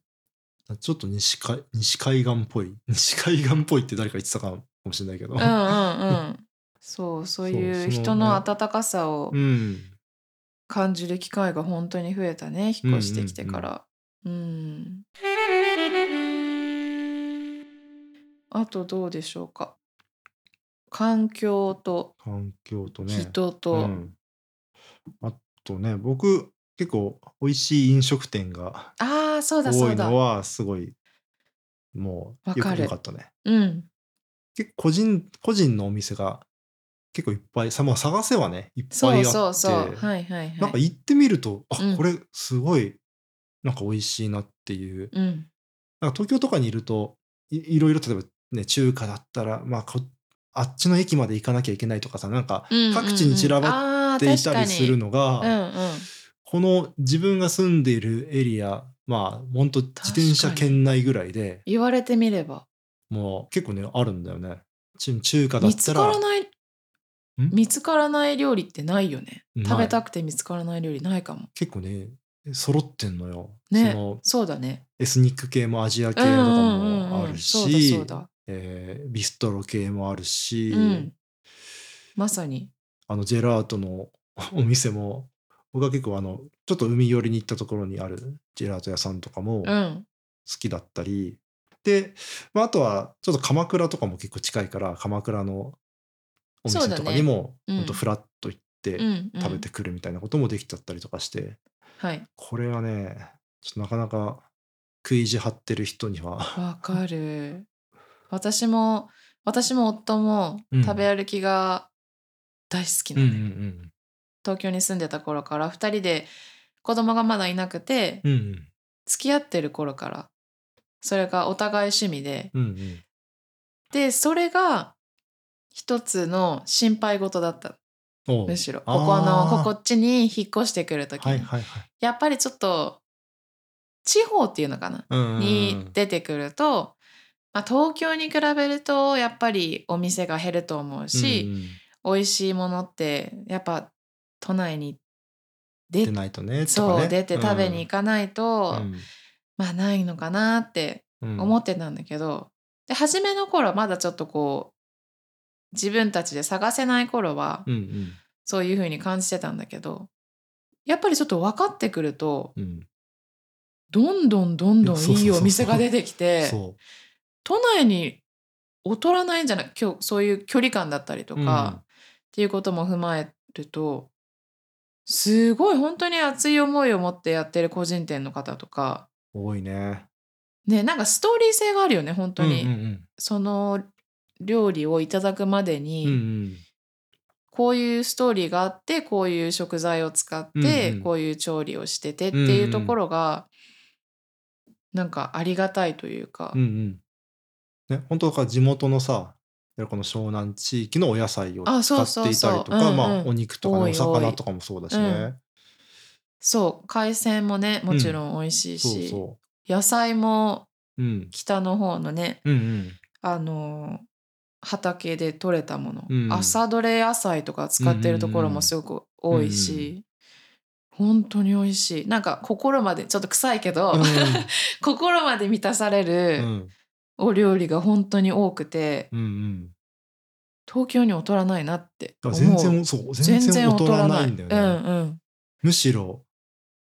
S2: ちょっと西海西海岸っぽい西海岸っぽいって誰か言ってたかもしれないけど
S1: うん、うん <laughs> うんそうそうい
S2: そううその
S1: 人の温かさを
S2: うん
S1: 感じる機会が本当に増えたね引っ越してきてから。うんあとどうでしょうか環境と
S2: 環境とね。
S1: 人と、
S2: うん、あとね僕結構美味しい飲食店が
S1: ああそうだそ
S2: 多
S1: う
S2: い
S1: だ
S2: のはすごいもう
S1: わ
S2: よ
S1: か
S2: く
S1: る
S2: よかったね。
S1: うん
S2: 結構個人個人のお店が結構いっぱいさ、まあ、探せはねいっぱいあ
S1: そ
S2: っ
S1: う
S2: て
S1: そうそうはいはいはい
S2: なんか行ってみると、
S1: う
S2: あ
S1: ん
S2: これすごいなんか美味しいなっていう
S1: うん
S2: なんか東京とかにいるといいろいろ例えばね中華だったら、まあ、こあっちの駅まで行かなきゃいけないとかさなんか
S1: うんうんうん
S2: 各地に散らば
S1: あ
S2: って
S1: ー
S2: いたりするのが、
S1: 確かにうんうん
S2: この自分が住んでいるエリアまあ本当自転車圏内ぐらいで
S1: 言われてみれば
S2: もう結構ねあるんだよね。ち中華だっ
S1: 見
S2: た
S1: つ
S2: ら
S1: からない見つからない料理ってないよね
S2: ない
S1: 食べたくて見つからない料理ないかも
S2: 結構ね揃ってんのよ。
S1: ね
S2: その
S1: そうだね
S2: エスニック系もアジア系
S1: う
S2: とか
S1: んうん
S2: も
S1: う
S2: あ
S1: んう
S2: る
S1: ん
S2: し、
S1: そうだそうだ
S2: えービストロ系もあるし、
S1: うんまさに
S2: あのジェラートの <laughs> お店も僕は結構あのちょっと海寄りに行ったところにあるジェラート屋さんとかも
S1: う
S2: 好
S1: ん
S2: きだったり、で、まあ、あとはちょっと鎌倉とかも結構近いから鎌倉のお
S1: そう
S2: 店
S1: だ
S2: と
S1: ね
S2: かにも
S1: うん
S2: ほんとフラッと行って
S1: うんうん
S2: 食べてくるみたいなこともできちゃったりとかして、
S1: はい
S2: これはねちょっとなかなか食い意地張ってる人には
S1: わかる私も私も夫も
S2: うん
S1: 食べ歩きが大好き
S2: う
S1: なん
S2: <laughs> う
S1: の
S2: ん
S1: よ東京に住んでた頃から2人で子供がまだいなくて
S2: うんうん
S1: 付き合ってる頃からそれがお互い趣味で
S2: うんうん
S1: でそれが一つの心配事だった
S2: おう
S1: むしろこ
S2: あー
S1: このここっちに引っ越してくる時に、
S2: はいはいはい
S1: やっぱりちょっと地方っていうのかな、
S2: うんうんうん
S1: に出てくると、まあ、東京に比べるとやっぱりお店が減ると思うし、美味しいものってやっぱ都内に
S2: うん
S1: 出
S2: 出ないとねと
S1: そ
S2: か
S1: う、
S2: ね
S1: 出て食べに行かないと、
S2: うん
S1: まあないのかなって
S2: うん
S1: 思ってたんだけど、で初めの頃はまだちょっとこう自分たちで探せない頃は
S2: うんうん
S1: そういう風に感じてたんだけどやっぱりちょっと分かってくると
S2: うん
S1: どんどんどんどん
S2: そうそうそう
S1: いい
S2: そ
S1: お
S2: う
S1: 店が出てきて
S2: そ
S1: 都内に劣らないんじゃない今日そういう距離感だったりと
S2: う
S1: か、
S2: うん
S1: っていうことも踏まえるとすごい本当に熱い思いを持ってやってる個人店の方とか
S2: 多いね
S1: ねなんかストーリー性があるよね本当に、
S2: うんうん
S1: その料理をいただくまでに、
S2: うんうん
S1: こういうストーリーがあってこういう食材を使って、
S2: うんうん
S1: こういう調理をしててっていうところが、なんかありがたいというか、
S2: うんうんね本当だから地元のさいわゆるこの湘南地域のお野菜を
S1: あ
S2: 使
S1: そう
S2: っ
S1: そう
S2: ていたりと
S1: そう
S2: か
S1: うんうん
S2: まあお肉とか
S1: 多
S2: ね
S1: い
S2: お
S1: 多
S2: 魚
S1: い
S2: とかもそうだしね
S1: そう海鮮もねもちろん美味しい
S2: そう
S1: し、
S2: そ
S1: 野菜も
S2: ううん
S1: 北の方のね
S2: うんうん
S1: あの畑で採れたもの、
S2: うん
S1: 朝どれ野菜とか使ってるところもすごく多いし、本当に美味しいなんか心までちょっと臭いけど、
S2: う
S1: <laughs> 心まで満たされる
S2: ん
S1: お料理が本当に多くて
S2: うんうん
S1: 東京に劣らないなって
S2: だ
S1: 思
S2: か
S1: う
S2: ら全然そう全然劣らないんだよね、
S1: うんうん
S2: むしろ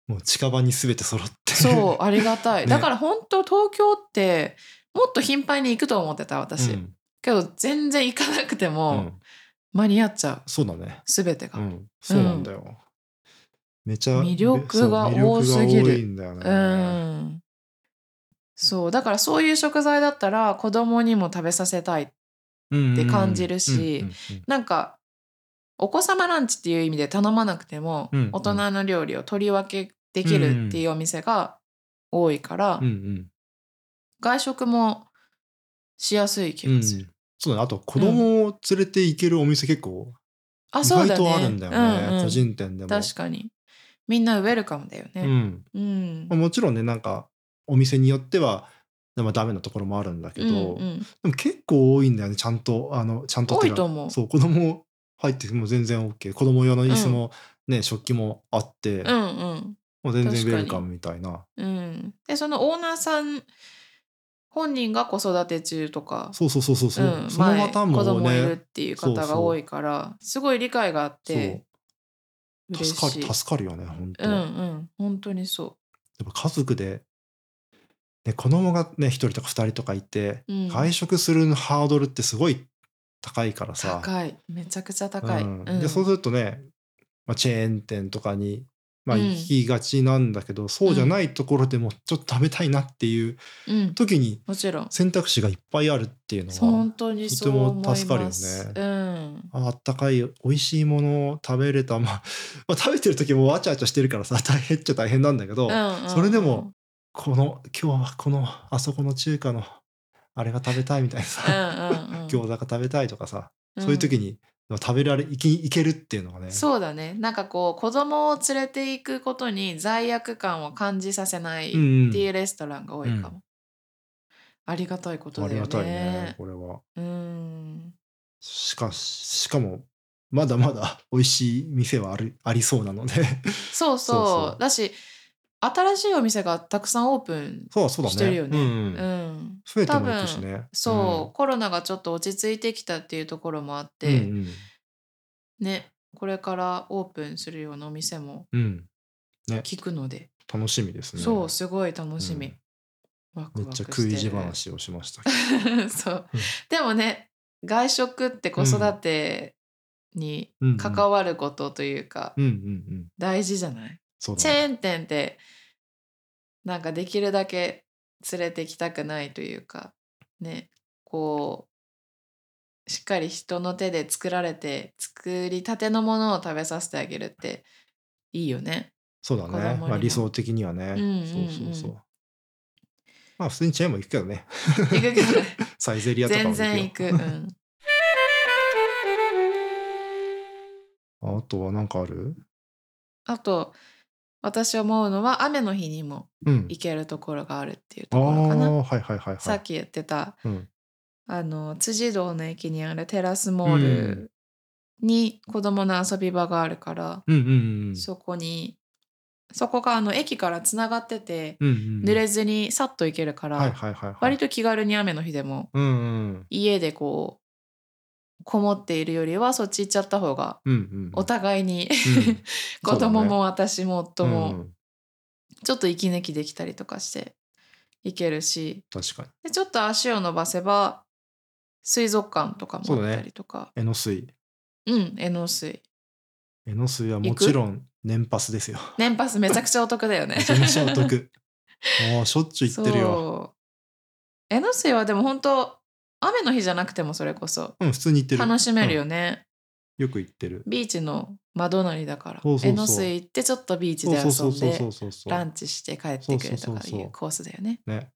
S2: もう近場に全て揃って
S1: そうありがたい、
S2: <laughs> ね
S1: だから本当東京ってもっと頻繁に行くと思ってた私、
S2: うん
S1: けど全然行かなくて
S2: う
S1: も
S2: ん
S1: 間に合っちゃう
S2: そうだね
S1: 全てが、
S2: うんそうなんだよ、めちゃ
S1: 魅力が
S2: そう魅力
S1: 多すぎる
S2: が多いんだよね、
S1: うんそうだからそういう食材だったら子供にも食べさせたいって感じるしなんかお子様ランチっていう意味で頼まなくても、
S2: うんうん
S1: 大人の料理を取り分けできるっていうお店が多いから、
S2: うんうんうん
S1: 外食もしやすい気
S2: うんうんうん
S1: がする。
S2: そうだねあと子供を連れて行けるお店結構
S1: あ
S2: 意
S1: そう
S2: 外
S1: だね。
S2: とあるんだよね、
S1: うんうん
S2: 個人店でも
S1: 確かにみんなウェルカムだよ
S2: う
S1: ね。
S2: ん
S1: うん。
S2: まあもちろんねなんかお店によってはまあダメなところもあるんだけど、
S1: うんうん
S2: でも結構多いんだよねちゃんとあのちゃんとって
S1: 多い
S2: うか
S1: と思う。
S2: そう子供入っても全然 OK 子供用の椅子も、ね食器もあって、
S1: うんうん
S2: もう全然
S1: 確か
S2: ウ
S1: に
S2: ェルカムみたいな
S1: うん。でそのオーナーさん本人が子育て中とか。
S2: そうそうそうそうそう、
S1: ん、
S2: そのパターンも
S1: 前子供いるっ
S2: ね
S1: ていう
S2: そう
S1: 方
S2: そう
S1: が多いからすごい理解があっ
S2: そ
S1: て
S2: う
S1: 嬉しい
S2: 助かる助かるよね本当、
S1: うんう
S2: やっ
S1: ん本当にそ
S2: ぱ家族で、ね、子供がね一人とか二人とかいて、
S1: うん
S2: 外食するハードルってすごい高いからさ。
S1: 高いめちゃくちゃ高い、
S2: うん
S1: うん
S2: でそうするとね、まあ、チェーン店とかに、まあ、
S1: うん
S2: 行きがちなんだけど、そうじゃないところでもちょっと食べたいなっていう
S1: うん
S2: 時に
S1: もちろん
S2: 選択肢がいっぱいあるっていうのは
S1: 本当にそう思います
S2: とても助かる
S1: うん
S2: ああったかい美味しいものを食べれた、まあ、まあ食べてる時もわちゃわちゃしてるからさ大変っちゃ大変なんだけど、
S1: うんうん
S2: それでもこの今日はこのあそこの中華のあれが食べたいみたいな
S1: う
S2: さ、
S1: んうんうん、
S2: 餃子が食べたいとかさ、
S1: うん
S2: そういう時に食べられいきいけるっていうのがね
S1: そうだねなんかこう子供を連れていくことに罪悪感を感じさせないって
S2: うんうん
S1: いうレストランが多いかも、
S2: う
S1: ありがたいこと
S2: あ
S1: だ
S2: り
S1: よ
S2: が
S1: ね
S2: たいねこれは。
S1: うん
S2: しかし、しかも、まだまだ美味しい店はあるありそうなの
S1: <laughs>
S2: で。
S1: そうそう
S2: そうそう
S1: だし新しいお店がたくさんオープン
S2: そうそうだね。
S1: してるよね
S2: うん
S1: う
S2: うん
S1: ん
S2: 増えてもいくしね。
S1: そう、コロナがちょっと落ち着いてきたっていうところもあっ
S2: うん。
S1: て、
S2: うん
S1: ねこれからオープンするようなお店も
S2: うんうん
S1: 聞くので、
S2: 楽しみですね。
S1: そうすごい楽しみ、ワク
S2: め
S1: ワ
S2: っ
S1: クして
S2: ちゃ
S1: る
S2: 食い地話をしました
S1: <laughs>
S2: け
S1: そう、
S2: うん
S1: でもね外食って子育てに
S2: ど。
S1: 関
S2: わ
S1: わることというか、
S2: うんうんうん。
S1: 大事じゃない
S2: そう
S1: チェ
S2: だね。
S1: ーン店ってなんかできるだけ連れてきたくないというかねこうしっかり人の手で作られて作りたてのものを食べさせてあげるっていいよね。
S2: そうだ
S1: 子供
S2: ね
S1: に。も
S2: まあ理想的にはね。
S1: うんうんうん
S2: そうそうそう。まあ普通にチェーンも行くけどね。 <laughs>
S1: 行くけどね
S2: サイゼリアとかも
S1: 全
S2: 行くよ
S1: 然行く。うん、
S2: あとは何かある
S1: あと私思うのは雨の日にも
S2: うん。
S1: 行けるところがあるっていう
S2: あ
S1: ところかな。
S2: あ、はいはいはい
S1: さ
S2: は
S1: っき言ってた、
S2: い。うん
S1: あの辻堂の駅にあるテラスモールに子供の遊び場があるから、
S2: うんうんうん。
S1: そこにそこがあの駅からつながってて、
S2: うんうん。
S1: 濡れずにさっと行けるから、
S2: はいはいはいはい。
S1: 割と気軽に雨の日でも
S2: うんうん。
S1: 家でこうこもっているよりはそっち行っちゃった方が
S2: うんうん。
S1: お互いに、
S2: うん
S1: <laughs> 子供も私も夫も、
S2: うん
S1: ちょっと息抜きできたりとかして行けるし
S2: 確かに
S1: でちょっと足を伸ばせば水族館とかもあったりとか
S2: 江ノ水
S1: う,、ん江ノ水
S2: 江ノ水は
S1: 行
S2: も
S1: く
S2: ちろん年パスですよ
S1: 年パスめちゃくちゃお得だよね
S2: <laughs> めちゃめちゃお
S1: <laughs>
S2: 得もうしょっちゅう行ってるよ
S1: そう江ノ水はでも本当雨の日じゃなくてもそれこそ
S2: うん普通に行ってる
S1: 楽しめるよね、
S2: よく行ってる
S1: ビーチの窓なりだから
S2: そうそうそう
S1: 江ノ水行ってちょっとビーチ
S2: そ
S1: で
S2: うそう
S1: 遊
S2: そうんそ
S1: で
S2: うそうそうそ
S1: ラ
S2: う
S1: ンチして帰ってくるとか
S2: そう
S1: い
S2: そうそうそう
S1: うコースだよね
S2: ね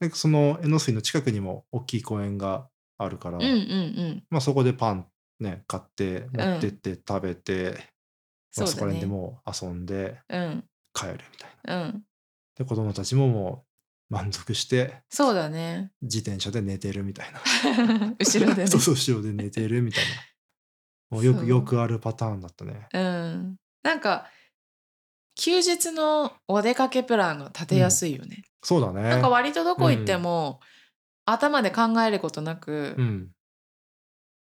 S2: でその江ノ水の近くにも大きい公園があるから、
S1: うんうんうん
S2: まあ、そこでパンね買って
S1: ん
S2: 持ってって食べて、ま
S1: そ
S2: あ
S1: う
S2: そこ
S1: だ
S2: ら辺
S1: ね
S2: でもう遊んで
S1: うん
S2: 帰るみたいな
S1: うん
S2: で子供たちももう満足して
S1: そうだね <laughs>
S2: 自転車で寝てるみたいな
S1: 後ろでね
S2: <laughs> そうそう後ろで寝てるみたいなもうよ
S1: そ
S2: く
S1: う
S2: よくあるパターンだったね
S1: うん、なんか休日のお出かけプランが立てやすいよね、
S2: そうだね
S1: なんか割とどこ行っても、頭で考えることなく、
S2: うん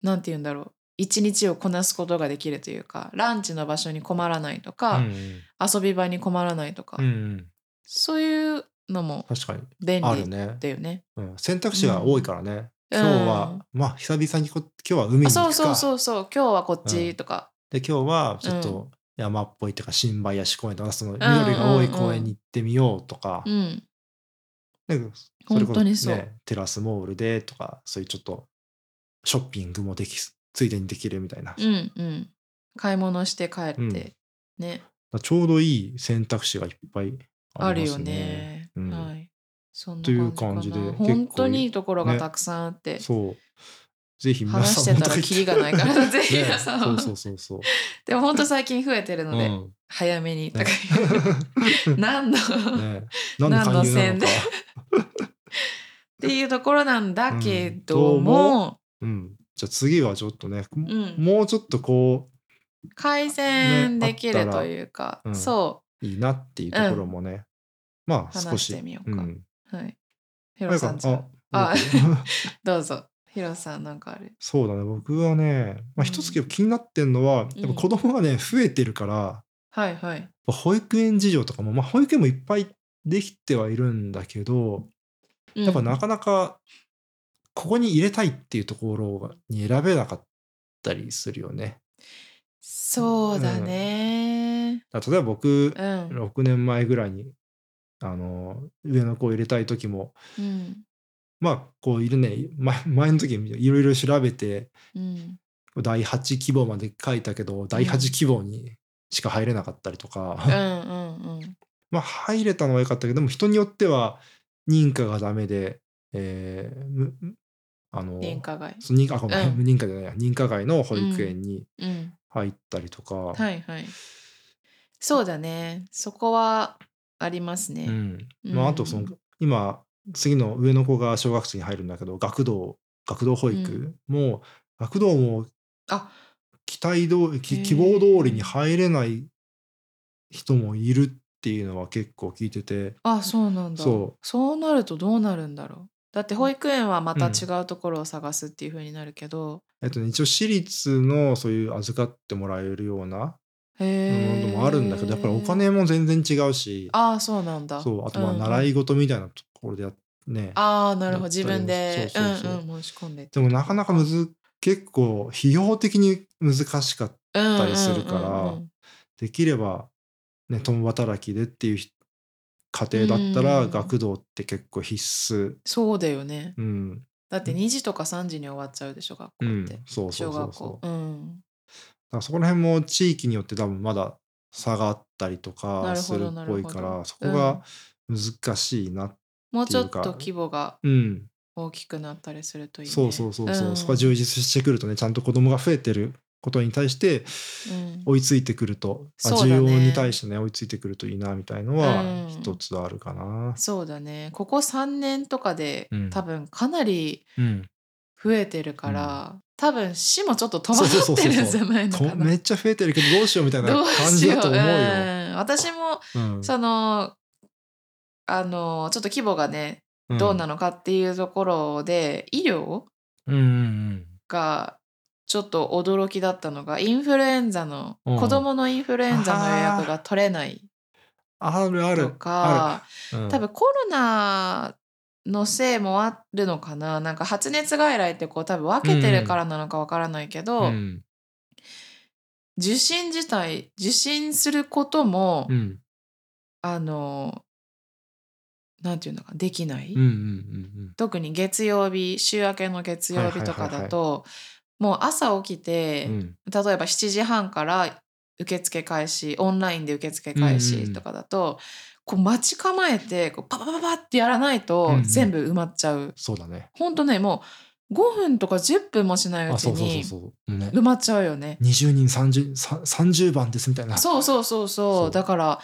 S1: なんて言うんだろう一日をこなすことができるというかランチの場所に困らないと
S2: う
S1: か、
S2: ん
S1: 遊び場に困らないとか、
S2: うんうん
S1: そういうのも
S2: 確かに
S1: 便
S2: ある
S1: 利
S2: ね、
S1: だよね。
S2: うん、選択肢が多いからね、
S1: うん
S2: 今日はまあ久々にこ今日は海に
S1: あ
S2: 行く
S1: そう
S2: か
S1: そうそうそう今日はこっ
S2: う
S1: ち
S2: ん
S1: とか、
S2: で今日はちょっ
S1: う
S2: と山っぽいとか新林公園とかその緑が多い公園に行ってみようとか、
S1: うん
S2: なんかそれこ
S1: 本当にそ
S2: そうねテラスモールでとかそういうちょっとショッピングもできついでにできるみたいな、
S1: うんうん買い物して帰って、
S2: うん
S1: ね
S2: ちょうどいい選択肢がいっぱい
S1: あ
S2: あり
S1: る
S2: ま
S1: よ
S2: すね。
S1: ね。
S2: うん
S1: はい。そんな
S2: という感じ
S1: かな
S2: で
S1: 本当にいいところが
S2: ね
S1: たくさんあって、
S2: そう。ぜひ皆
S1: 話し
S2: さん
S1: て
S2: も
S1: たらキリがない <laughs>
S2: <laughs>
S1: からぜひ皆さんも
S2: ねそうそうそうそう。
S1: でも本当最近増えてるので、
S2: うん
S1: 早めにとか
S2: ね
S1: 言う <laughs> 何の、っ
S2: ね、何の勧誘な
S1: 何の宣
S2: のか
S1: 伝。ていうところなんだけども、
S2: うん。じゃあ次はちょっとね、
S1: うん
S2: もうちょっとこ
S1: 改善でき
S2: ねあっ
S1: る
S2: たら
S1: というか、
S2: うん
S1: そう
S2: いいなっていうところもね、まあ
S1: う
S2: 少
S1: 話し
S2: し。
S1: てみよう
S2: う
S1: か。
S2: ん。
S1: はい。ヒ
S2: な
S1: ロ
S2: ん
S1: さ
S2: か
S1: んじゃ
S2: あ
S1: あ
S2: 僕 <laughs>
S1: どうぞ。ヒロさんなんかある。
S2: そうだね。僕はね、まあ一つ結構気になってんのは、
S1: うん
S2: やっぱ子供がね増えてるから、
S1: はいはい。
S2: まあ保育園事情とかも、まあ保育園もいっぱいできてはいるんだけど、
S1: うん
S2: やっぱなかなかここに入れたいっていうところに選べなかったりするよね。
S1: そうだね。
S2: だから例えば僕、
S1: うん。
S2: 6年前ぐらいに、あの、上の子を入れたい時も、
S1: うん。
S2: まあ、こういるね、前前の時いろいろ調べて、
S1: うん。
S2: 第8希望まで書いたけど、第8希望にしか入れなかったりとか、
S1: う
S2: <laughs>
S1: ん。うん。うん。
S2: まあ、入れたのは良かったけど、でも人によっては認可がダメで、えーむあの、
S1: 電化外。
S2: そう認可、あ、ごめん
S1: うん
S2: 認可じゃないや、認可外の保育園に
S1: うん。
S2: 入ったりとか、
S1: はいはい。そうだね。そこはあります
S2: う
S1: ね。
S2: ん
S1: うん
S2: まあ、あとその今次の上の子が小学生に入るんだけど学童学童保育も、学童も
S1: あ、
S2: 期待通り
S1: へ
S2: き
S1: ー
S2: 希望通りに入れない人もいるっていうのは結構聞いてて
S1: あ、そうなんだ。
S2: そ
S1: そうなるとどうなるんだろう。だって保育園はまた違うところを探すっていう風になるけど。
S2: えっとね、一応私立のそういう預かってもらえるようなも
S1: へえ。
S2: のもあるんだけどやっぱりお金も全然違うし
S1: ああ、そうなんだ。
S2: そうあとまあ
S1: うんうん
S2: 習い事みたいなところでやっね
S1: ああ、なるほど。
S2: やったり
S1: 自
S2: も
S1: 分で。
S2: そうそうそう
S1: うんうん。申し込んで。
S2: でもなかなかむず結構費用的に難しかった。
S1: た
S2: たりするからできれば、ね、共働きでっていうひ家庭だった
S1: う
S2: ら
S1: ん
S2: 学童って結構必須
S1: そうだよね
S2: うん
S1: だって
S2: うん
S1: 2時とか3時に終わっちゃうでしょ学校
S2: う
S1: っ
S2: ん
S1: て、
S2: そうそ
S1: 小
S2: うそ
S1: 学
S2: うそう
S1: 校う
S2: だか
S1: ん
S2: らそこら辺も地域によって多分まだ差があったりと
S1: な
S2: か
S1: る
S2: す
S1: ほ
S2: る
S1: ど
S2: っ
S1: なる
S2: ぽ
S1: ほ
S2: い
S1: ど
S2: からそこが難しいな
S1: もうちょっ
S2: っ
S1: と
S2: て
S1: 規模が
S2: うん、
S1: 大きくなったりするといいね
S2: そうそうそうそう、
S1: ん
S2: そこが充実してくるとねちゃんと子供が増えてることに対して
S1: うん
S2: 追いついてくると、あ
S1: そうだね
S2: 需要に対してね追いついてくるといいなみたいの
S1: う
S2: は
S1: ん
S2: 一つあるかな。
S1: そうだねここ3年とかで、
S2: うん
S1: 多分かなり
S2: うん
S1: 増えてるから、多分市もちょっと戸
S2: そう
S1: 惑
S2: そ
S1: っ
S2: うそう
S1: て
S2: そう
S1: るんじゃないのか
S2: こ
S1: な
S2: めっちゃ増えてるけどどうしようみたいな
S1: どう
S2: 感
S1: し
S2: じ
S1: よう
S2: だと思うよ。
S1: うん私も
S2: うん
S1: そのあのちょっと規模がねどうなのかっていうところで、医療
S2: うんうん
S1: がちょっと驚きだったのがインフルエンザの、
S2: うん
S1: 子供のインフルエンザの予約が取れない
S2: あるあ
S1: と
S2: る。
S1: か
S2: あるうん
S1: 多分コロナのせいもあるのかななんか発熱外来ってこう多分分けてるからなのかわからないけど、
S2: うん
S1: 受診自体受診することも、
S2: うん
S1: あのなんていうのかできない、
S2: うんうんうん
S1: 特に月曜日週明けの月曜日とかだと、もう朝起きて、
S2: うんうん
S1: 例えば7時半から受付開始オンラインで受付開
S2: うんうんう
S1: 始
S2: ん
S1: とかだと、こう待ち構えてこうパパパパパってやらないと
S2: うんうん
S1: 全部埋まっちゃう、
S2: そうだね。
S1: ほんとねもう5分とか10分もしないう
S2: あ
S1: ち
S2: そうそうそ
S1: に
S2: うそう。ね
S1: 埋まっちゃうよね。
S2: 20人30さ30番ですみたいな。
S1: そうそうそうそう
S2: そう
S1: だから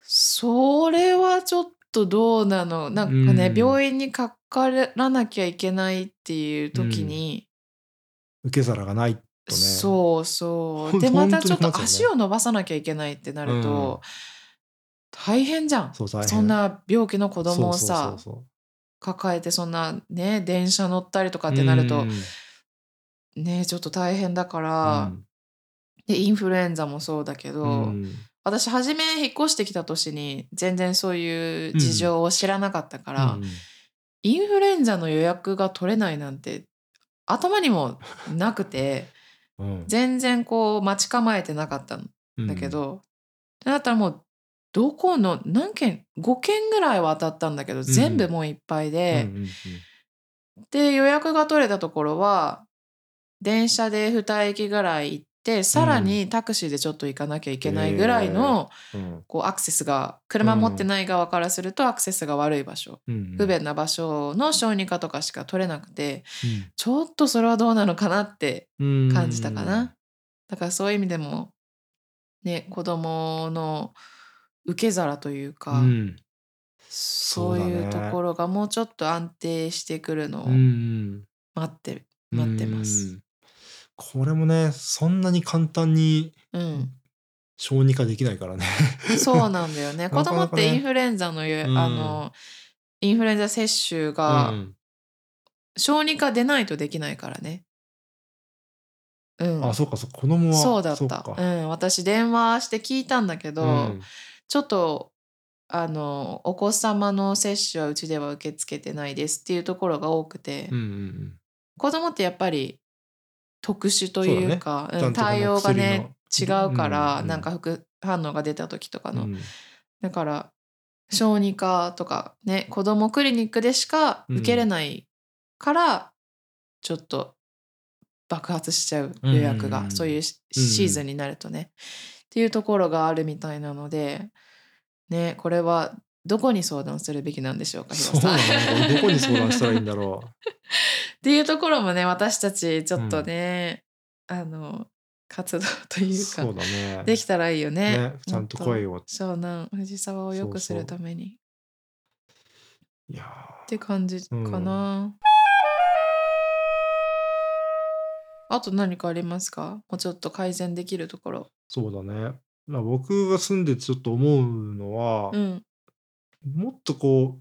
S1: それはちょっとどうなのなんかね、
S2: うん
S1: 病院にかからなきゃいけないっていう時に、
S2: 受け皿がないとね。
S1: そうそう。
S2: ほん
S1: でま
S2: 本当
S1: た
S2: に
S1: ちょっ
S2: 困っちゃ
S1: と
S2: うね
S1: 足を伸ばさなきゃいけないってなると、大変じゃん。
S2: そう大変
S1: そんな病気の子供をさ
S2: そうそうそう
S1: 抱えてそんなね電車乗ったりとか
S2: そう
S1: ってなると、
S2: うん
S1: ねちょっと大変だから、でインフルエンザもそうだけど、
S2: うんうん
S1: 私初め引っ越してきた年に全然そういう事情を知らなかったから、
S2: うん
S1: インフルエンザの予約が取れないなんて頭にもなくて
S2: うん
S1: 全然こう待ち構えてなかったの。
S2: うん
S1: だけど、だったらもうどこの何件5件ぐらいは当たったんだけど、全部もういっぱいで
S2: うん、うんうん
S1: で予約が取れたところは電車で2駅ぐらい行ってさらにタクシーでちょっと行かなきゃいけないぐらいの、
S2: うん
S1: こうアクセスが車持ってない側からするとアクセスが悪い場所、
S2: うん
S1: 不便な場所の小児科とかしか取れなくて
S2: うん
S1: ちょっとそれはどうなのかなって感じたかな、
S2: うん
S1: だからそういう意味でもね子供の受け皿というか、
S2: うん
S1: そう
S2: そうだ
S1: い
S2: ね
S1: うところがもうちょっと安定してくるのを
S2: うんうん
S1: 待ってる、待ってます
S2: うん。これもね、そんなに簡単に
S1: うん
S2: 小児科できないからね。
S1: そうなんだよね
S2: <laughs> なかな
S1: 子
S2: かね
S1: 供ってインフルエンザの,、
S2: うん
S1: あのインフルエンザ接種
S2: う
S1: が
S2: ん
S1: 小児科でないとできないからねうん
S2: あ、そうか、そう子供は。
S1: そうだっ
S2: そ
S1: た
S2: か
S1: うん、私電話して聞いたんだけど、
S2: うん
S1: ちょっとあのお子様の接種はうちでは受け付けてないですっていうところが多くて、
S2: うんうん
S1: 子供ってやっぱり特殊というか
S2: そうだね
S1: うん
S2: ちゃんとこの
S1: 対応がね違う
S2: 薬の
S1: か
S2: うん
S1: ら、
S2: うんうん
S1: なんか副反応が出た時とか
S2: うん
S1: の、
S2: うん
S1: だから小児科とかね子どもクリニックでしか受けれないから、ちょっと爆発しちゃう予約が、
S2: うん
S1: そういうし
S2: うん
S1: シーズンになるとね、っていうところがあるみたいなのでねこれはどこに相談するべきなんでしょうかヒ
S2: そう
S1: ロさ
S2: なんのこれどこに相談したらいい
S1: <laughs>
S2: んだろ
S1: っていうところもね私たちちょっとね、あの活動と
S2: う
S1: いう
S2: そう
S1: か
S2: だね
S1: できたらいいよね
S2: ねちゃんと声
S1: を
S2: を
S1: 湘南藤沢を良くするために
S2: いや
S1: って感じかな、あと何かありますかもうちょっと改善できるところ
S2: そうだねまあ僕が住んでてちょっと思うのは、
S1: うん
S2: もっとこう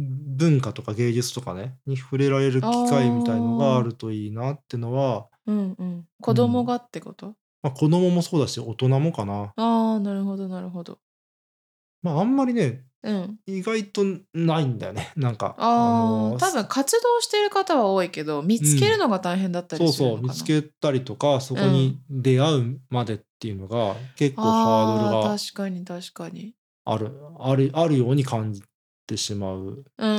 S2: 文化とか芸術とかねに触れられる機会みたいのがあるといいなってのは
S1: うんうん子供がってこと、
S2: まあ、子供もそうだし大人もかな、
S1: ああなるほどなるほど
S2: まあ、あんまりね
S1: うん
S2: 意外とないんだよね <laughs> なんか
S1: ああ
S2: の
S1: 多分活動している方は多いけど見つけるのが大変だった
S2: そ
S1: り
S2: う
S1: するの
S2: そう
S1: かな、
S2: 見つけたりとかそこに出会うまでっていうのが結構ハードル
S1: あ
S2: が
S1: ー確かに確かに
S2: あるあるあるように感じてしまう、
S1: うんうんうんう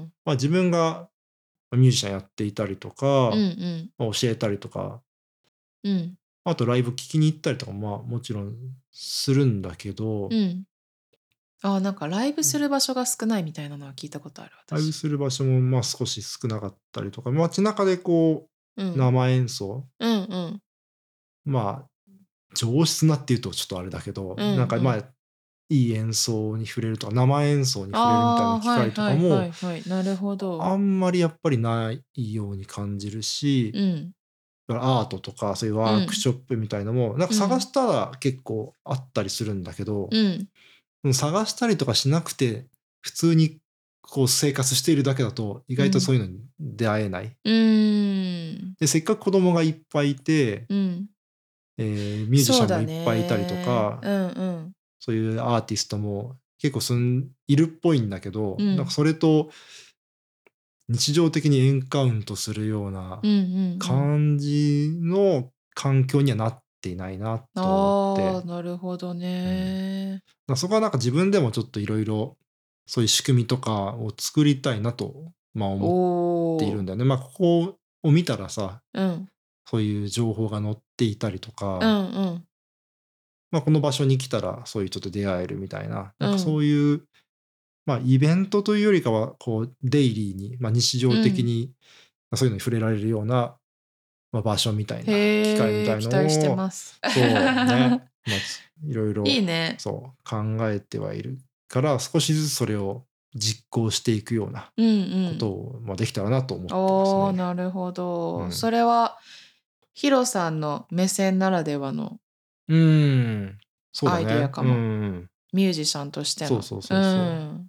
S1: ん
S2: まあ、自分がミュージシャンやっていたりと
S1: う
S2: か、
S1: んうん
S2: まあ教えたりとか
S1: うん
S2: あとライブ聴きに行ったりとかもまあもちろんするんだけど、
S1: うんあーなんかライブする場所が少ないみたいなのは聞いたことある
S2: ライブ
S1: 私、
S2: する場所もまあ少し少なかったりとか街中でこ
S1: うん、
S2: う
S1: うん
S2: 生演奏、
S1: うん
S2: まあ上質なっていうとちょっとあれだけど、
S1: うん
S2: なんかまあいい演奏に触れるとか生演奏に触れるみたいな機会とか
S1: あ
S2: も、
S1: ーはいはいはいはい、なるほど。
S2: あんまりやっぱりないように感じるし、
S1: うん、
S2: だからアートとかそういうワークショップみたいのも、なんか探したら結構あったりするんだけど、
S1: うん、
S2: 探したりとかしなくて普通にこう生活しているだけだと意外とそういうのに出会えない。
S1: うーん、
S2: でせっかく子供がいっぱいいて、
S1: うん。
S2: えーミュージシャンもいっぱいいたりとか
S1: そうだねうん
S2: そういうアーティストも結構すんいるっぽいんだけど、
S1: うん
S2: なんかそれと日常的にエンカウントするような
S1: うん、うんうんうん。
S2: 感じの環境にはなっていないなと思って、だ
S1: あ
S2: か
S1: あ、なるほどね。
S2: らそこはなんか自分でもちょっといろいろそういう仕組みとかを作りたいなと、まあ、思
S1: おお。
S2: っているんだよね。まあ、ここを見たらさ
S1: うん、
S2: そういう情報が載っていたりと
S1: う
S2: か、
S1: ん、うん。
S2: まあ、この場所に来たらそういう人と出会えるみたいななん
S1: うん
S2: かそういう、まあ、イベントというよりかはこうデイリーに、まあ、日常的にまあそういうのに触れられるような、まあ、場所みたいな
S1: へ
S2: 機会みた
S1: え、
S2: いなのを
S1: 期待してます。
S2: そ
S1: <laughs>
S2: うね、まあ、いろいろ
S1: いいね。
S2: そう考えてはいるから少しずつそれを実行していくような
S1: うん、う
S2: こ
S1: ん。
S2: とを、まあ、できたらなと思って
S1: おお、
S2: ますね。
S1: なるほど。
S2: うん
S1: それは。ヒロさんの目線ならではの
S2: うんそうだね
S1: アイデアかも
S2: うん
S1: ミュージシャンとしての。
S2: そうそうそうそうん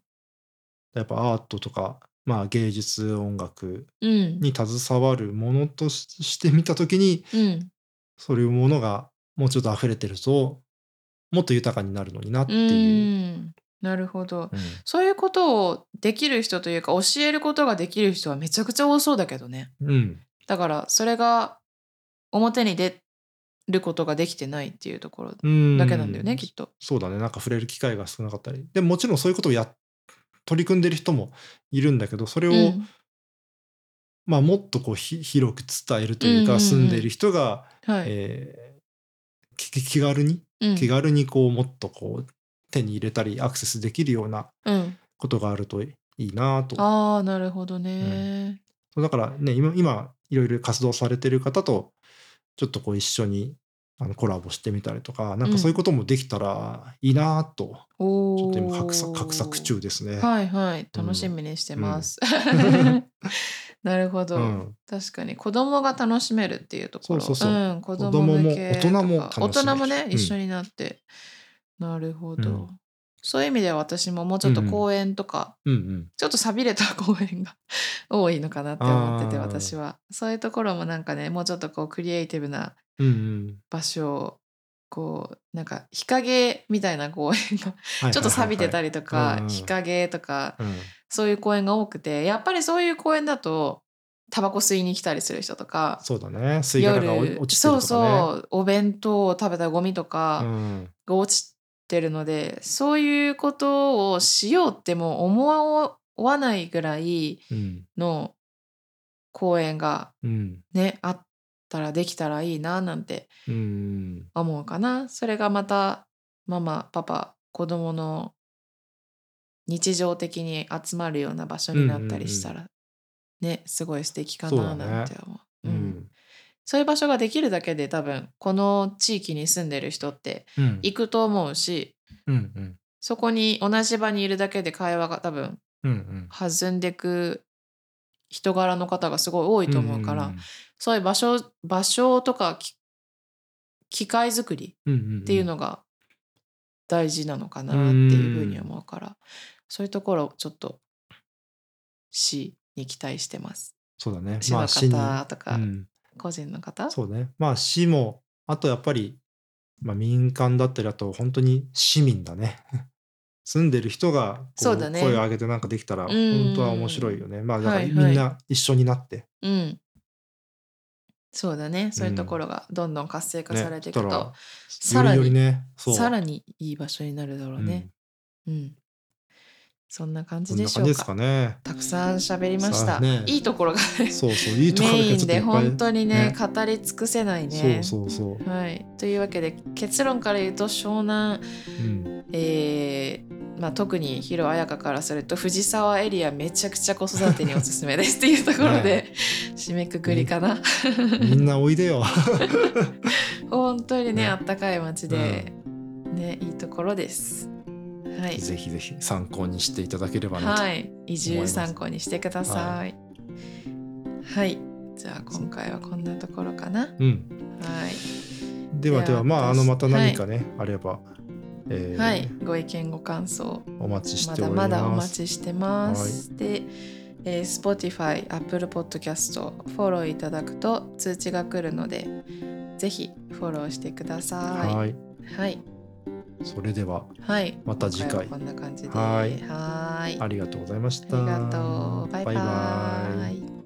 S2: やっぱアートとか、まあ、芸術音楽
S1: うん。
S2: に携わるものとししてみた時に
S1: うん。
S2: そういうものがもうちょっと溢れてるともっと豊かになるのになって
S1: う
S2: いう。
S1: んなるほど
S2: うん
S1: そういうことをできる人というか教えることができる人はめちゃくちゃ多そうだけどね
S2: うん
S1: だからそれが表に出ることができてないっていうところ
S2: うん
S1: だけなんだよね、きっと。
S2: そうだねなんか触れる機会が少なかったりでもちろんそういうことをや取り組んでる人もいるんだけどそれを、
S1: うん
S2: まあ、もっとこうひ広く伝えると
S1: う
S2: いうか、
S1: んうんうん
S2: 住んでいる人が、
S1: はい
S2: えーき気軽に
S1: うん
S2: 気軽にこうもっとこう手に入れたりアクセスできるような
S1: うん
S2: ことがあるといいなと
S1: ああなるほどね。
S2: そうだからね、今、今いろいろ活動されてる方と、ちょっとこう一緒にあのコラボしてみたりとか、なん
S1: うん
S2: かそういうこともできたらいいなと、
S1: おお。
S2: ちょっと今画策、画策中ですね。
S1: はいはい楽しみにしてます。 <laughs> なるほど、
S2: うん
S1: 確かに子供が楽しめるっていうところ、
S2: そうそうそうん
S1: 子供向けとか
S2: 子供も大人も楽しめる
S1: 大人もね
S2: うん
S1: 一緒になって、なるほど、
S2: うん
S1: そういう意味では私ももうちょっと公園とか、
S2: うんうん。
S1: ちょっと寂びれた公園が <laughs> 多いのかなって思ってて
S2: あー
S1: 私はそういうところもなんかねもうちょっとこうクリエイティブな
S2: うんうん。
S1: 場所をこうなんか日陰みたいな公園が <laughs> ちょっと錆びてた
S2: り、
S1: りと
S2: はいはいはい
S1: か
S2: うん
S1: 日陰とか
S2: うん
S1: そういう公園が多くてやっぱりそういう公園だとタバコ吸いに来たりする人とか
S2: そうだね吸い殻が落ちてるとかね
S1: そうそうお弁当を食べたゴミとか、
S2: うん
S1: が落ちてるのでそういうことをしようってもう思わないぐらい
S2: うん
S1: の公演が
S2: うん
S1: ねあったらできたらいいななんて
S2: うん
S1: 思うかなそれがまたママパパ子供の日常的に集まるような場所になったりしたら、ねすごい素敵かななんて思う。
S2: う
S1: うん
S2: ん
S1: そういう場所ができるだけで多分この地域に住んでる人って
S2: うん
S1: 行くと思うし、
S2: うんうん
S1: そこに同じ場にいるだけで会話が多分
S2: うんうん
S1: 弾んでく人柄の方がすごい多いと思うから、
S2: ん
S1: そういう場所場所とかき機械作り
S2: うんうんうん
S1: っていうのが大事なのかなっていうふうに思うから、そういうところをちょっと市に期待してます。
S2: そうだね
S1: 市の
S2: 死に
S1: 方とか、
S2: うん
S1: 個人の方
S2: そうねまあ市もあとやっぱり、まあ、民間だったりあと本当に市民だね <laughs> 住んでる人がこ
S1: そうだね
S2: 声を上げてなんかできたら
S1: ん
S2: 本当は面白いよねまあだから
S1: はい
S2: み
S1: はい
S2: んな一緒になって、
S1: うんそうだねそういうところがどんどん活性化されていくと、
S2: ね来
S1: さらに
S2: よりよりねそう
S1: さらにいい場所になるだろうね。うん、そんな感
S2: うん、こ
S1: じ
S2: ん
S1: で
S2: な
S1: し
S2: 感
S1: ょ
S2: じ
S1: う
S2: ですか
S1: か。
S2: ね
S1: たくさん喋りまし
S2: さあ
S1: た。
S2: ね
S1: いいところが
S2: そうそういいところ
S1: メ
S2: が
S1: イ
S2: ちょ
S1: ン
S2: っとい
S1: で
S2: っぱい
S1: 本当にね語り尽くせないね。
S2: そうそうそう、
S1: はい、というわけで結論から言うと湘南、
S2: うん、
S1: えーまあ、特にヒロ彩香からすると藤沢エリアめちゃくちゃ子育てにおすすめですっていうところで締めくくりかな。
S2: みんなおいでよ
S1: 本当にね
S2: ね
S1: あったかい街で、ねいいところです。はい
S2: <laughs> ぜひぜひ参考にしていただければなと、
S1: はい、移住参考にしてください。はい、じゃあ今回はこんなところかな。
S2: うん、
S1: はい、
S2: ではで
S1: では
S2: はまああの
S1: 私
S2: また何かね、あれば、えー
S1: はい、ご意見ご感想
S2: お待ちし
S1: ま
S2: てお
S1: だ
S2: り
S1: ま
S2: ます
S1: だお待ちしてます。で、えー Spotify、Apple Podcast フォローいただくと通知が来るので、ぜひフォローしてくださ
S2: はい
S1: い。はい、
S2: それでは
S1: はい、
S2: また次
S1: 今回は
S2: 回
S1: こんな感じで、
S2: はい
S1: はーい、
S2: ありがとうございました
S1: ありがとう、バイバ
S2: バイバイ
S1: イ